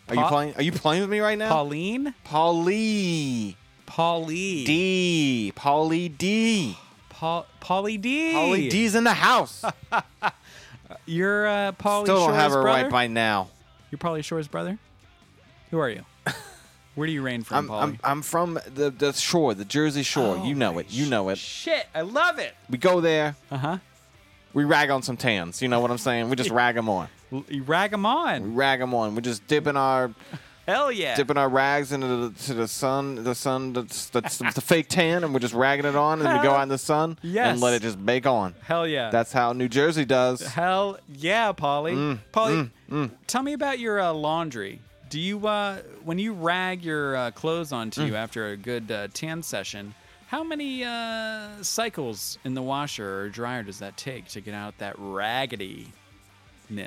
[SPEAKER 2] Are you
[SPEAKER 1] Pa-
[SPEAKER 2] playing? Are you playing with me right now?
[SPEAKER 1] Pauline.
[SPEAKER 2] Polly
[SPEAKER 1] Paulie.
[SPEAKER 2] D. Polly D.
[SPEAKER 1] Paul. Paulie D.
[SPEAKER 2] Polly D's in
[SPEAKER 1] [laughs]
[SPEAKER 2] the house.
[SPEAKER 1] You're uh, Paulie
[SPEAKER 2] Still don't
[SPEAKER 1] Shore's
[SPEAKER 2] have her
[SPEAKER 1] brother.
[SPEAKER 2] right by now.
[SPEAKER 1] You're Paulie Shore's brother. Who are
[SPEAKER 2] [laughs]
[SPEAKER 1] you? Where do you reign from,
[SPEAKER 2] I'm,
[SPEAKER 1] Paulie?
[SPEAKER 2] I'm I'm from the the shore, the Jersey Shore.
[SPEAKER 1] Oh,
[SPEAKER 2] you know it. You know it.
[SPEAKER 1] Shit, I love it.
[SPEAKER 2] We go there.
[SPEAKER 1] Uh huh.
[SPEAKER 2] We rag on some tans. You know what I'm
[SPEAKER 1] [laughs]
[SPEAKER 2] saying? We just rag them on.
[SPEAKER 1] You rag 'em
[SPEAKER 2] We
[SPEAKER 1] on.
[SPEAKER 2] rag them on. We're just dipping
[SPEAKER 1] [laughs]
[SPEAKER 2] our
[SPEAKER 1] Hell yeah.
[SPEAKER 2] dipping our rags into the to the sun, the sun that's that's the fake tan, and we're just ragging it on, and
[SPEAKER 1] [laughs]
[SPEAKER 2] then we go out in the sun
[SPEAKER 1] Yes.
[SPEAKER 2] and let it just bake on.
[SPEAKER 1] Hell yeah.
[SPEAKER 2] That's how New
[SPEAKER 1] [laughs]
[SPEAKER 2] Jersey does.
[SPEAKER 1] Hell yeah, Polly.
[SPEAKER 2] Mm,
[SPEAKER 1] Polly, tell me about your uh, laundry. Do you, uh, when you rag your uh, clothes onto you
[SPEAKER 2] Mm.
[SPEAKER 1] after a good uh, tan session, how many uh, cycles in the washer or dryer does that take to get out that raggedy?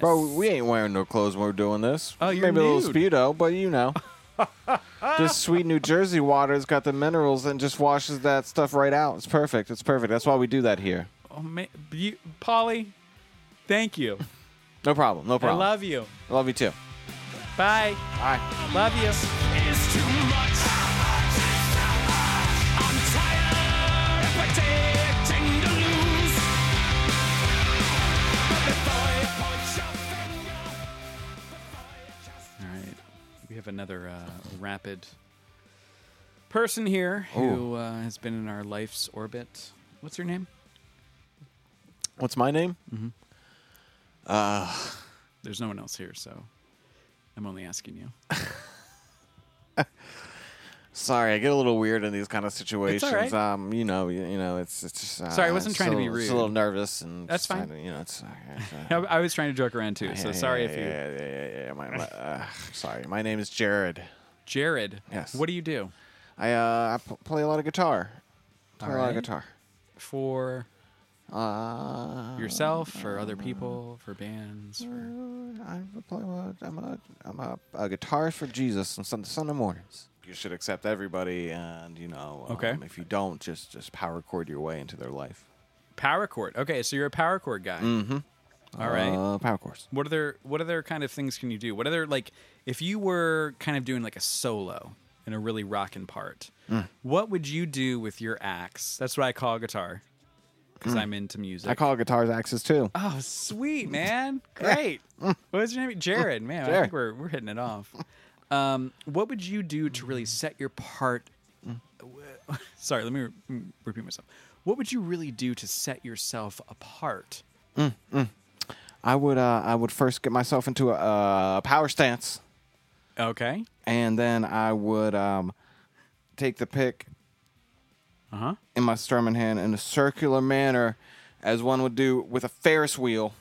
[SPEAKER 2] Bro, we ain't wearing no clothes when we're doing this.
[SPEAKER 1] Oh, you're
[SPEAKER 2] Maybe a little
[SPEAKER 1] nude.
[SPEAKER 2] speedo, but
[SPEAKER 1] [laughs]
[SPEAKER 2] you know. this sweet New Jersey water's got the minerals and just washes that stuff right out. It's perfect. It's perfect. That's why we do that here.
[SPEAKER 1] Oh, ma- you, Polly, thank you.
[SPEAKER 2] No problem. No
[SPEAKER 1] I
[SPEAKER 2] problem.
[SPEAKER 1] love you.
[SPEAKER 2] I love you too.
[SPEAKER 1] Bye.
[SPEAKER 2] Bye.
[SPEAKER 1] Love you. All right. We have another uh, rapid person here who uh, has been in our life's orbit. What's your name?
[SPEAKER 2] What's my name?
[SPEAKER 1] There's no one else here, so I'm only asking you.
[SPEAKER 2] Sorry, I get a little weird in these kind of situations.
[SPEAKER 1] right.
[SPEAKER 2] Um, you know, you, you know, it's it's just. Uh,
[SPEAKER 1] Sorry, I wasn't
[SPEAKER 2] it's
[SPEAKER 1] trying to
[SPEAKER 2] a
[SPEAKER 1] be
[SPEAKER 2] little- Just a
[SPEAKER 1] rude.
[SPEAKER 2] little nervous and
[SPEAKER 1] That's
[SPEAKER 2] just
[SPEAKER 1] fine.
[SPEAKER 2] trying to, you
[SPEAKER 1] [laughs]
[SPEAKER 2] know, it's. uh,
[SPEAKER 1] I, I was trying to joke around too, so
[SPEAKER 2] yeah,
[SPEAKER 1] sorry
[SPEAKER 2] yeah,
[SPEAKER 1] if you.
[SPEAKER 2] Yeah, yeah, yeah. yeah. My, my, uh, sorry, my name is Jared.
[SPEAKER 1] Jared,
[SPEAKER 2] Yes.
[SPEAKER 1] what do you do
[SPEAKER 2] I uh, I p- play a lot of guitar. Play a lot of
[SPEAKER 1] Alright.
[SPEAKER 2] guitar.
[SPEAKER 1] for
[SPEAKER 2] Uh,
[SPEAKER 1] yourself, for other people, for bands? For...
[SPEAKER 2] I play. A, I'm a I'm a, a guitarist for Jesus on Sun- Sunday mornings. You should accept everybody, and you know,
[SPEAKER 1] Okay.
[SPEAKER 2] um, if you don't, just just power chord your way into their life.
[SPEAKER 1] Power chord. Okay, so you're a power chord guy. All right.
[SPEAKER 2] Mm-hmm. uh, power chords.
[SPEAKER 1] What other what other kind of things can you do? What other like if you were kind of doing like a solo in a really rockin' part,
[SPEAKER 2] Mm.
[SPEAKER 1] what would you do with your axe? That's what I call guitar because I'm into music.
[SPEAKER 2] Mm. I call guitars axes too.
[SPEAKER 1] [laughs] oh, sweet [laughs] man, great. what was your name? Mm. Jared. Man, I
[SPEAKER 2] Jared.
[SPEAKER 1] think we're we're hitting it off. Um, what would you do to really set your part? [laughs] Sorry, let me re- repeat myself. What would you really do to set yourself apart?
[SPEAKER 2] I would uh, I would first get myself into a, a power stance,
[SPEAKER 1] Okay.
[SPEAKER 2] and then I would um, take the pick
[SPEAKER 1] Uh huh.
[SPEAKER 2] in my strumming hand in a circular manner, as one would do with a
[SPEAKER 1] [laughs]
[SPEAKER 2] Ferris wheel,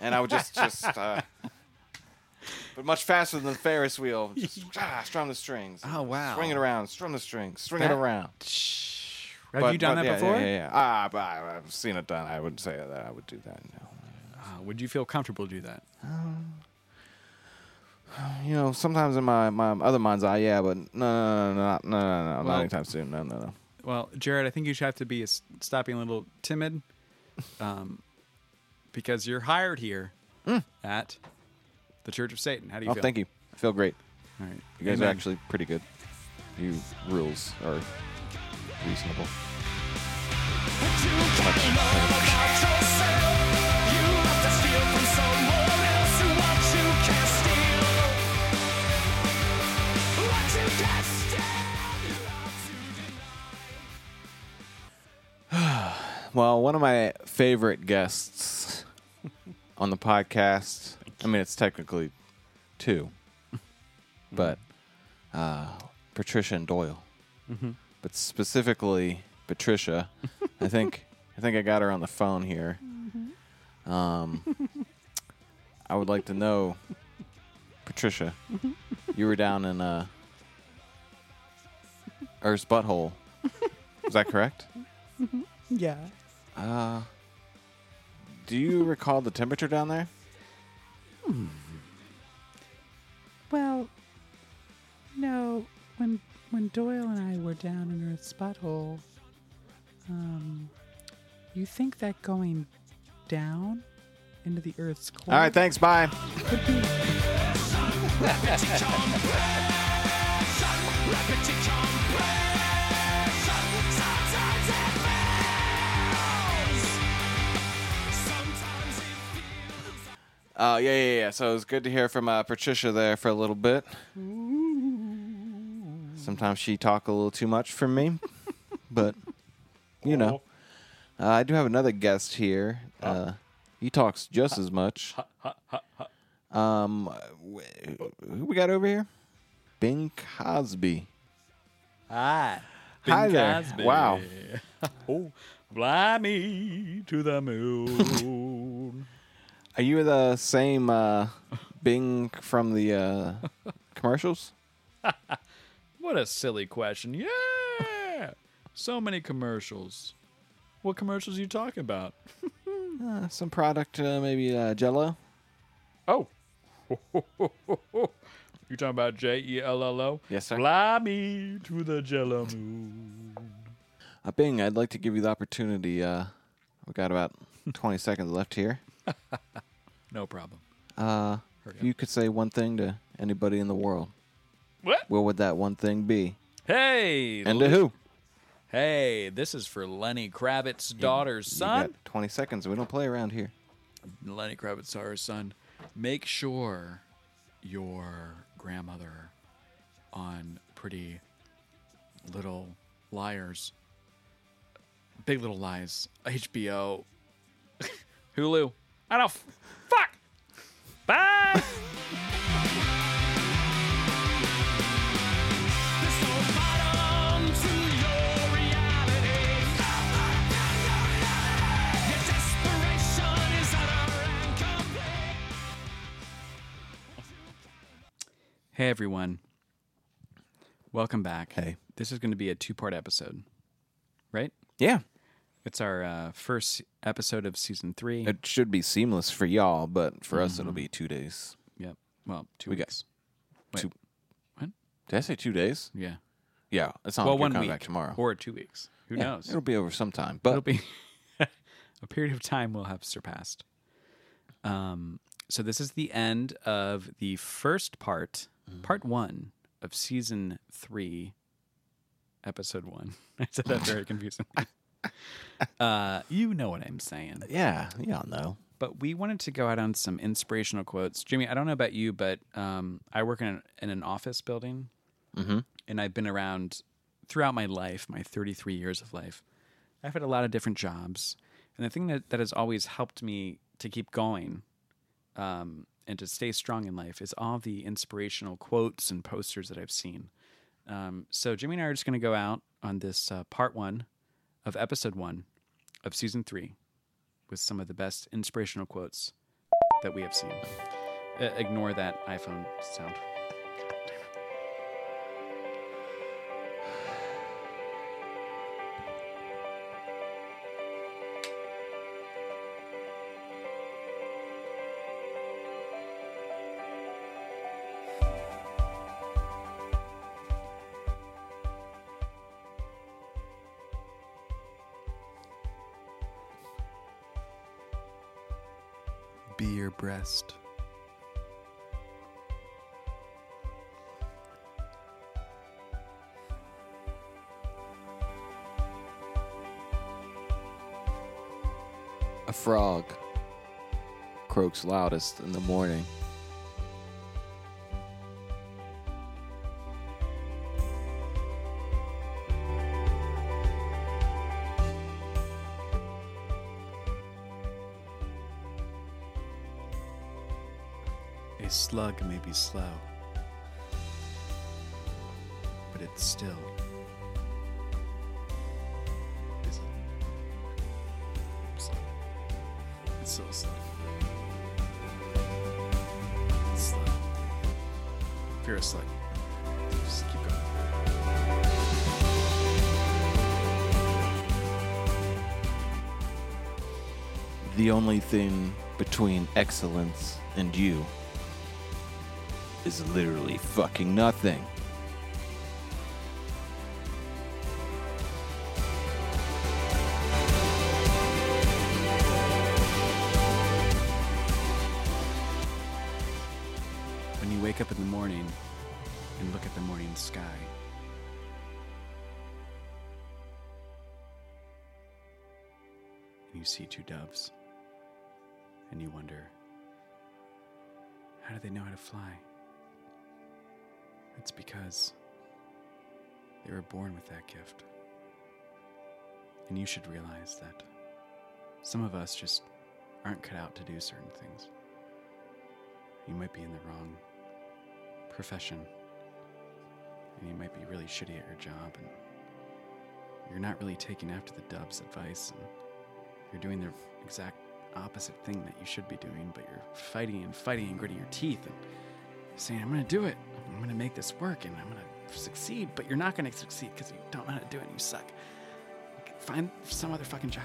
[SPEAKER 2] and I would just just. Uh, But much faster than Ferris wheel.
[SPEAKER 1] [laughs]
[SPEAKER 2] Just ah, strum the strings.
[SPEAKER 1] Oh, wow.
[SPEAKER 2] Swing it around. Strum the strings. Swing
[SPEAKER 1] That-
[SPEAKER 2] it around.
[SPEAKER 1] Have
[SPEAKER 2] But-
[SPEAKER 1] you done
[SPEAKER 2] but-
[SPEAKER 1] that
[SPEAKER 2] yeah,
[SPEAKER 1] before?
[SPEAKER 2] Yeah, yeah, yeah. Ah, but I, I've seen it done. I wouldn't say that I would do that. No.
[SPEAKER 1] Uh, would you feel comfortable to do that?
[SPEAKER 2] You know, sometimes in my, my other mind's eye, yeah, but no, no, no, no, not- no, no, no,
[SPEAKER 1] Well-
[SPEAKER 2] not anytime soon. No, no, no.
[SPEAKER 1] Well, Jared, I think you should have to be s- stopping a little timid, um, because you're hired here at the Church of Satan. How do Mm. you
[SPEAKER 2] Oh,
[SPEAKER 1] feel?
[SPEAKER 2] thank you. I feel great.
[SPEAKER 1] All right,
[SPEAKER 2] You guys
[SPEAKER 1] Amen.
[SPEAKER 2] are actually pretty good. You rules are reasonable. Well, one of my favorite guests on the podcast. I mean, it's technically two, but uh, Patricia and Doyle. But specifically Patricia, I think I think I got her on the phone here. Um, I would like to know, Patricia, you were down in uh, Earth's butthole. Is that correct?
[SPEAKER 1] Yeah.
[SPEAKER 2] Uh, do you recall the temperature down there?
[SPEAKER 1] Well, no. When when Doyle and I were down in Earth's butthole, um, you think that going down into the Earth's core?
[SPEAKER 2] All right, thanks. Bye. Uh, yeah, yeah, yeah. So it was good to hear from uh, Patricia there for a little bit. Sometimes she talk a little too much for me, [laughs] but you know, uh, I do have another guest here. Uh, he talks just as much. Um, wh- who we got over here? Bing Cosby.
[SPEAKER 1] Hi.
[SPEAKER 2] Hi there. Wow.
[SPEAKER 1] Oh, fly me to the moon.
[SPEAKER 2] Are you the same uh, Bing from the uh, commercials?
[SPEAKER 1] what a silly question. Yeah. So many commercials. What commercials are you talking about?
[SPEAKER 2] Uh, some product, uh, maybe uh, Jello.
[SPEAKER 1] Oh. [laughs] you talking about J E L L O?
[SPEAKER 2] Yes, sir.
[SPEAKER 1] Fly me to the jello moon.
[SPEAKER 2] Uh, Bing, I'd like to give you the opportunity. Uh, we got about 20 seconds left here.
[SPEAKER 1] No problem.
[SPEAKER 2] Uh, if you could say one thing to anybody in the world,
[SPEAKER 1] What?
[SPEAKER 2] what would that one thing be?
[SPEAKER 1] Hey.
[SPEAKER 2] And to who?
[SPEAKER 1] hey, this is for Lenny Kravitz's daughter's son.
[SPEAKER 2] You got 20 seconds. We don't play around here.
[SPEAKER 1] Lenny Kravitz our son, make sure your grandmother on pretty Little Liars, Big Little Lies, HBO, [laughs] Hulu. I don't. F- fuck. Bye. hey everyone. Welcome back.
[SPEAKER 2] Hey.
[SPEAKER 1] This is going to be a two-part episode, right?
[SPEAKER 2] Yeah.
[SPEAKER 1] It's our uh, first episode of season three.
[SPEAKER 2] It should be seamless for y'all, but for us, it'll be two days.
[SPEAKER 1] yep. Well, two
[SPEAKER 2] We got-
[SPEAKER 1] weeks. Wait.
[SPEAKER 2] two-
[SPEAKER 1] What?
[SPEAKER 2] Did I say two days?
[SPEAKER 1] Yeah.
[SPEAKER 2] Yeah, it's not
[SPEAKER 1] well,
[SPEAKER 2] like
[SPEAKER 1] one
[SPEAKER 2] you're coming
[SPEAKER 1] week
[SPEAKER 2] back tomorrow.
[SPEAKER 1] or two weeks. Who
[SPEAKER 2] Yeah,
[SPEAKER 1] knows?
[SPEAKER 2] [laughs] It'll be over sometime. But
[SPEAKER 1] It'll be [laughs] a period of time we'll have surpassed. Um, so this is the end of the first part,
[SPEAKER 2] Mm-hmm.
[SPEAKER 1] part one of season three, episode one. [laughs] I said that
[SPEAKER 2] [laughs]
[SPEAKER 1] very confusingly. uh, you know what I'm saying.
[SPEAKER 2] yeah, y'all know.
[SPEAKER 1] But we wanted to go out on some inspirational quotes. Jimmy, I don't know about you, but um, I work in an, in an office building,
[SPEAKER 2] Mhm.
[SPEAKER 1] and I've been around throughout my life, my 33 years of life. I've had a lot of different jobs, and the thing that, that has always helped me to keep going um, and to stay strong in life is all the inspirational quotes and posters that I've seen. Um, so Jimmy and I are just going to go out on this uh, part one of episode one of season three with some of the best inspirational quotes that we have seen. Uh, ignore that iPhone sound. Be your breast.
[SPEAKER 2] A frog croaks loudest in the morning.
[SPEAKER 1] A slug may be slow, but it still is slow. It's so slow. It's slow. If you're a slug, just keep going.
[SPEAKER 2] The only thing between excellence and you is literally fucking nothing.
[SPEAKER 1] When you wake up in the morning and look at the morning sky, and you see two doves, and you wonder, how do they know how to fly? It's because they were born with that gift. And you should realize that some of us just aren't cut out to do certain things you might be in the wrong profession and you might be really shitty at your job and you're not really taking after the dub's advice and you're doing the exact opposite thing that you should be doing but you're fighting and fighting and gritting your teeth and saying i'm gonna do it i'm gonna make this work and i'm gonna succeed but you're not gonna succeed because you don't know how to do it and you suck find some other fucking job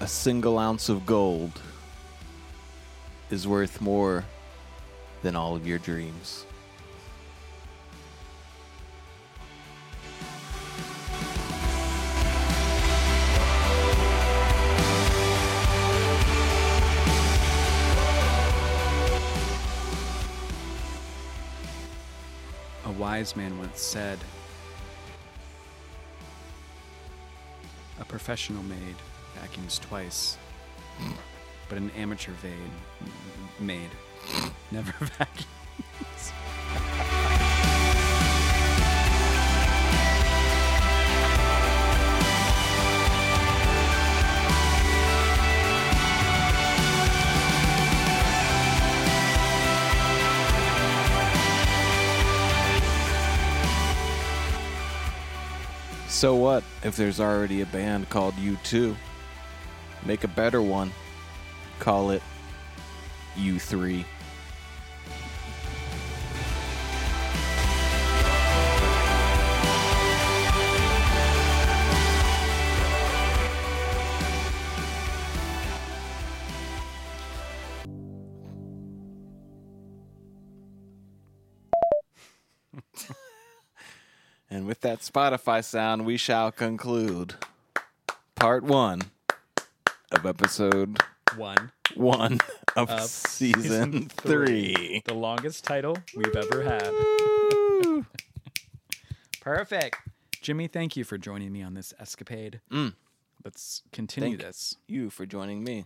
[SPEAKER 2] A single ounce of gold is worth more than all of your dreams.
[SPEAKER 1] A wise man once said, A professional maid vacuums twice, but an amateur maid, maid never [laughs] vacuums.
[SPEAKER 2] So what if there's already a band called U2? Make a better one. Call it U3. And with that Spotify sound, we shall conclude part one of episode
[SPEAKER 5] One.
[SPEAKER 2] one of
[SPEAKER 5] Of
[SPEAKER 2] season,
[SPEAKER 5] season
[SPEAKER 2] three.
[SPEAKER 5] The longest title we've ever had. Perfect. Jimmy, thank you for joining me on this escapade. Let's continue
[SPEAKER 2] Thank
[SPEAKER 5] this.
[SPEAKER 2] You for joining me.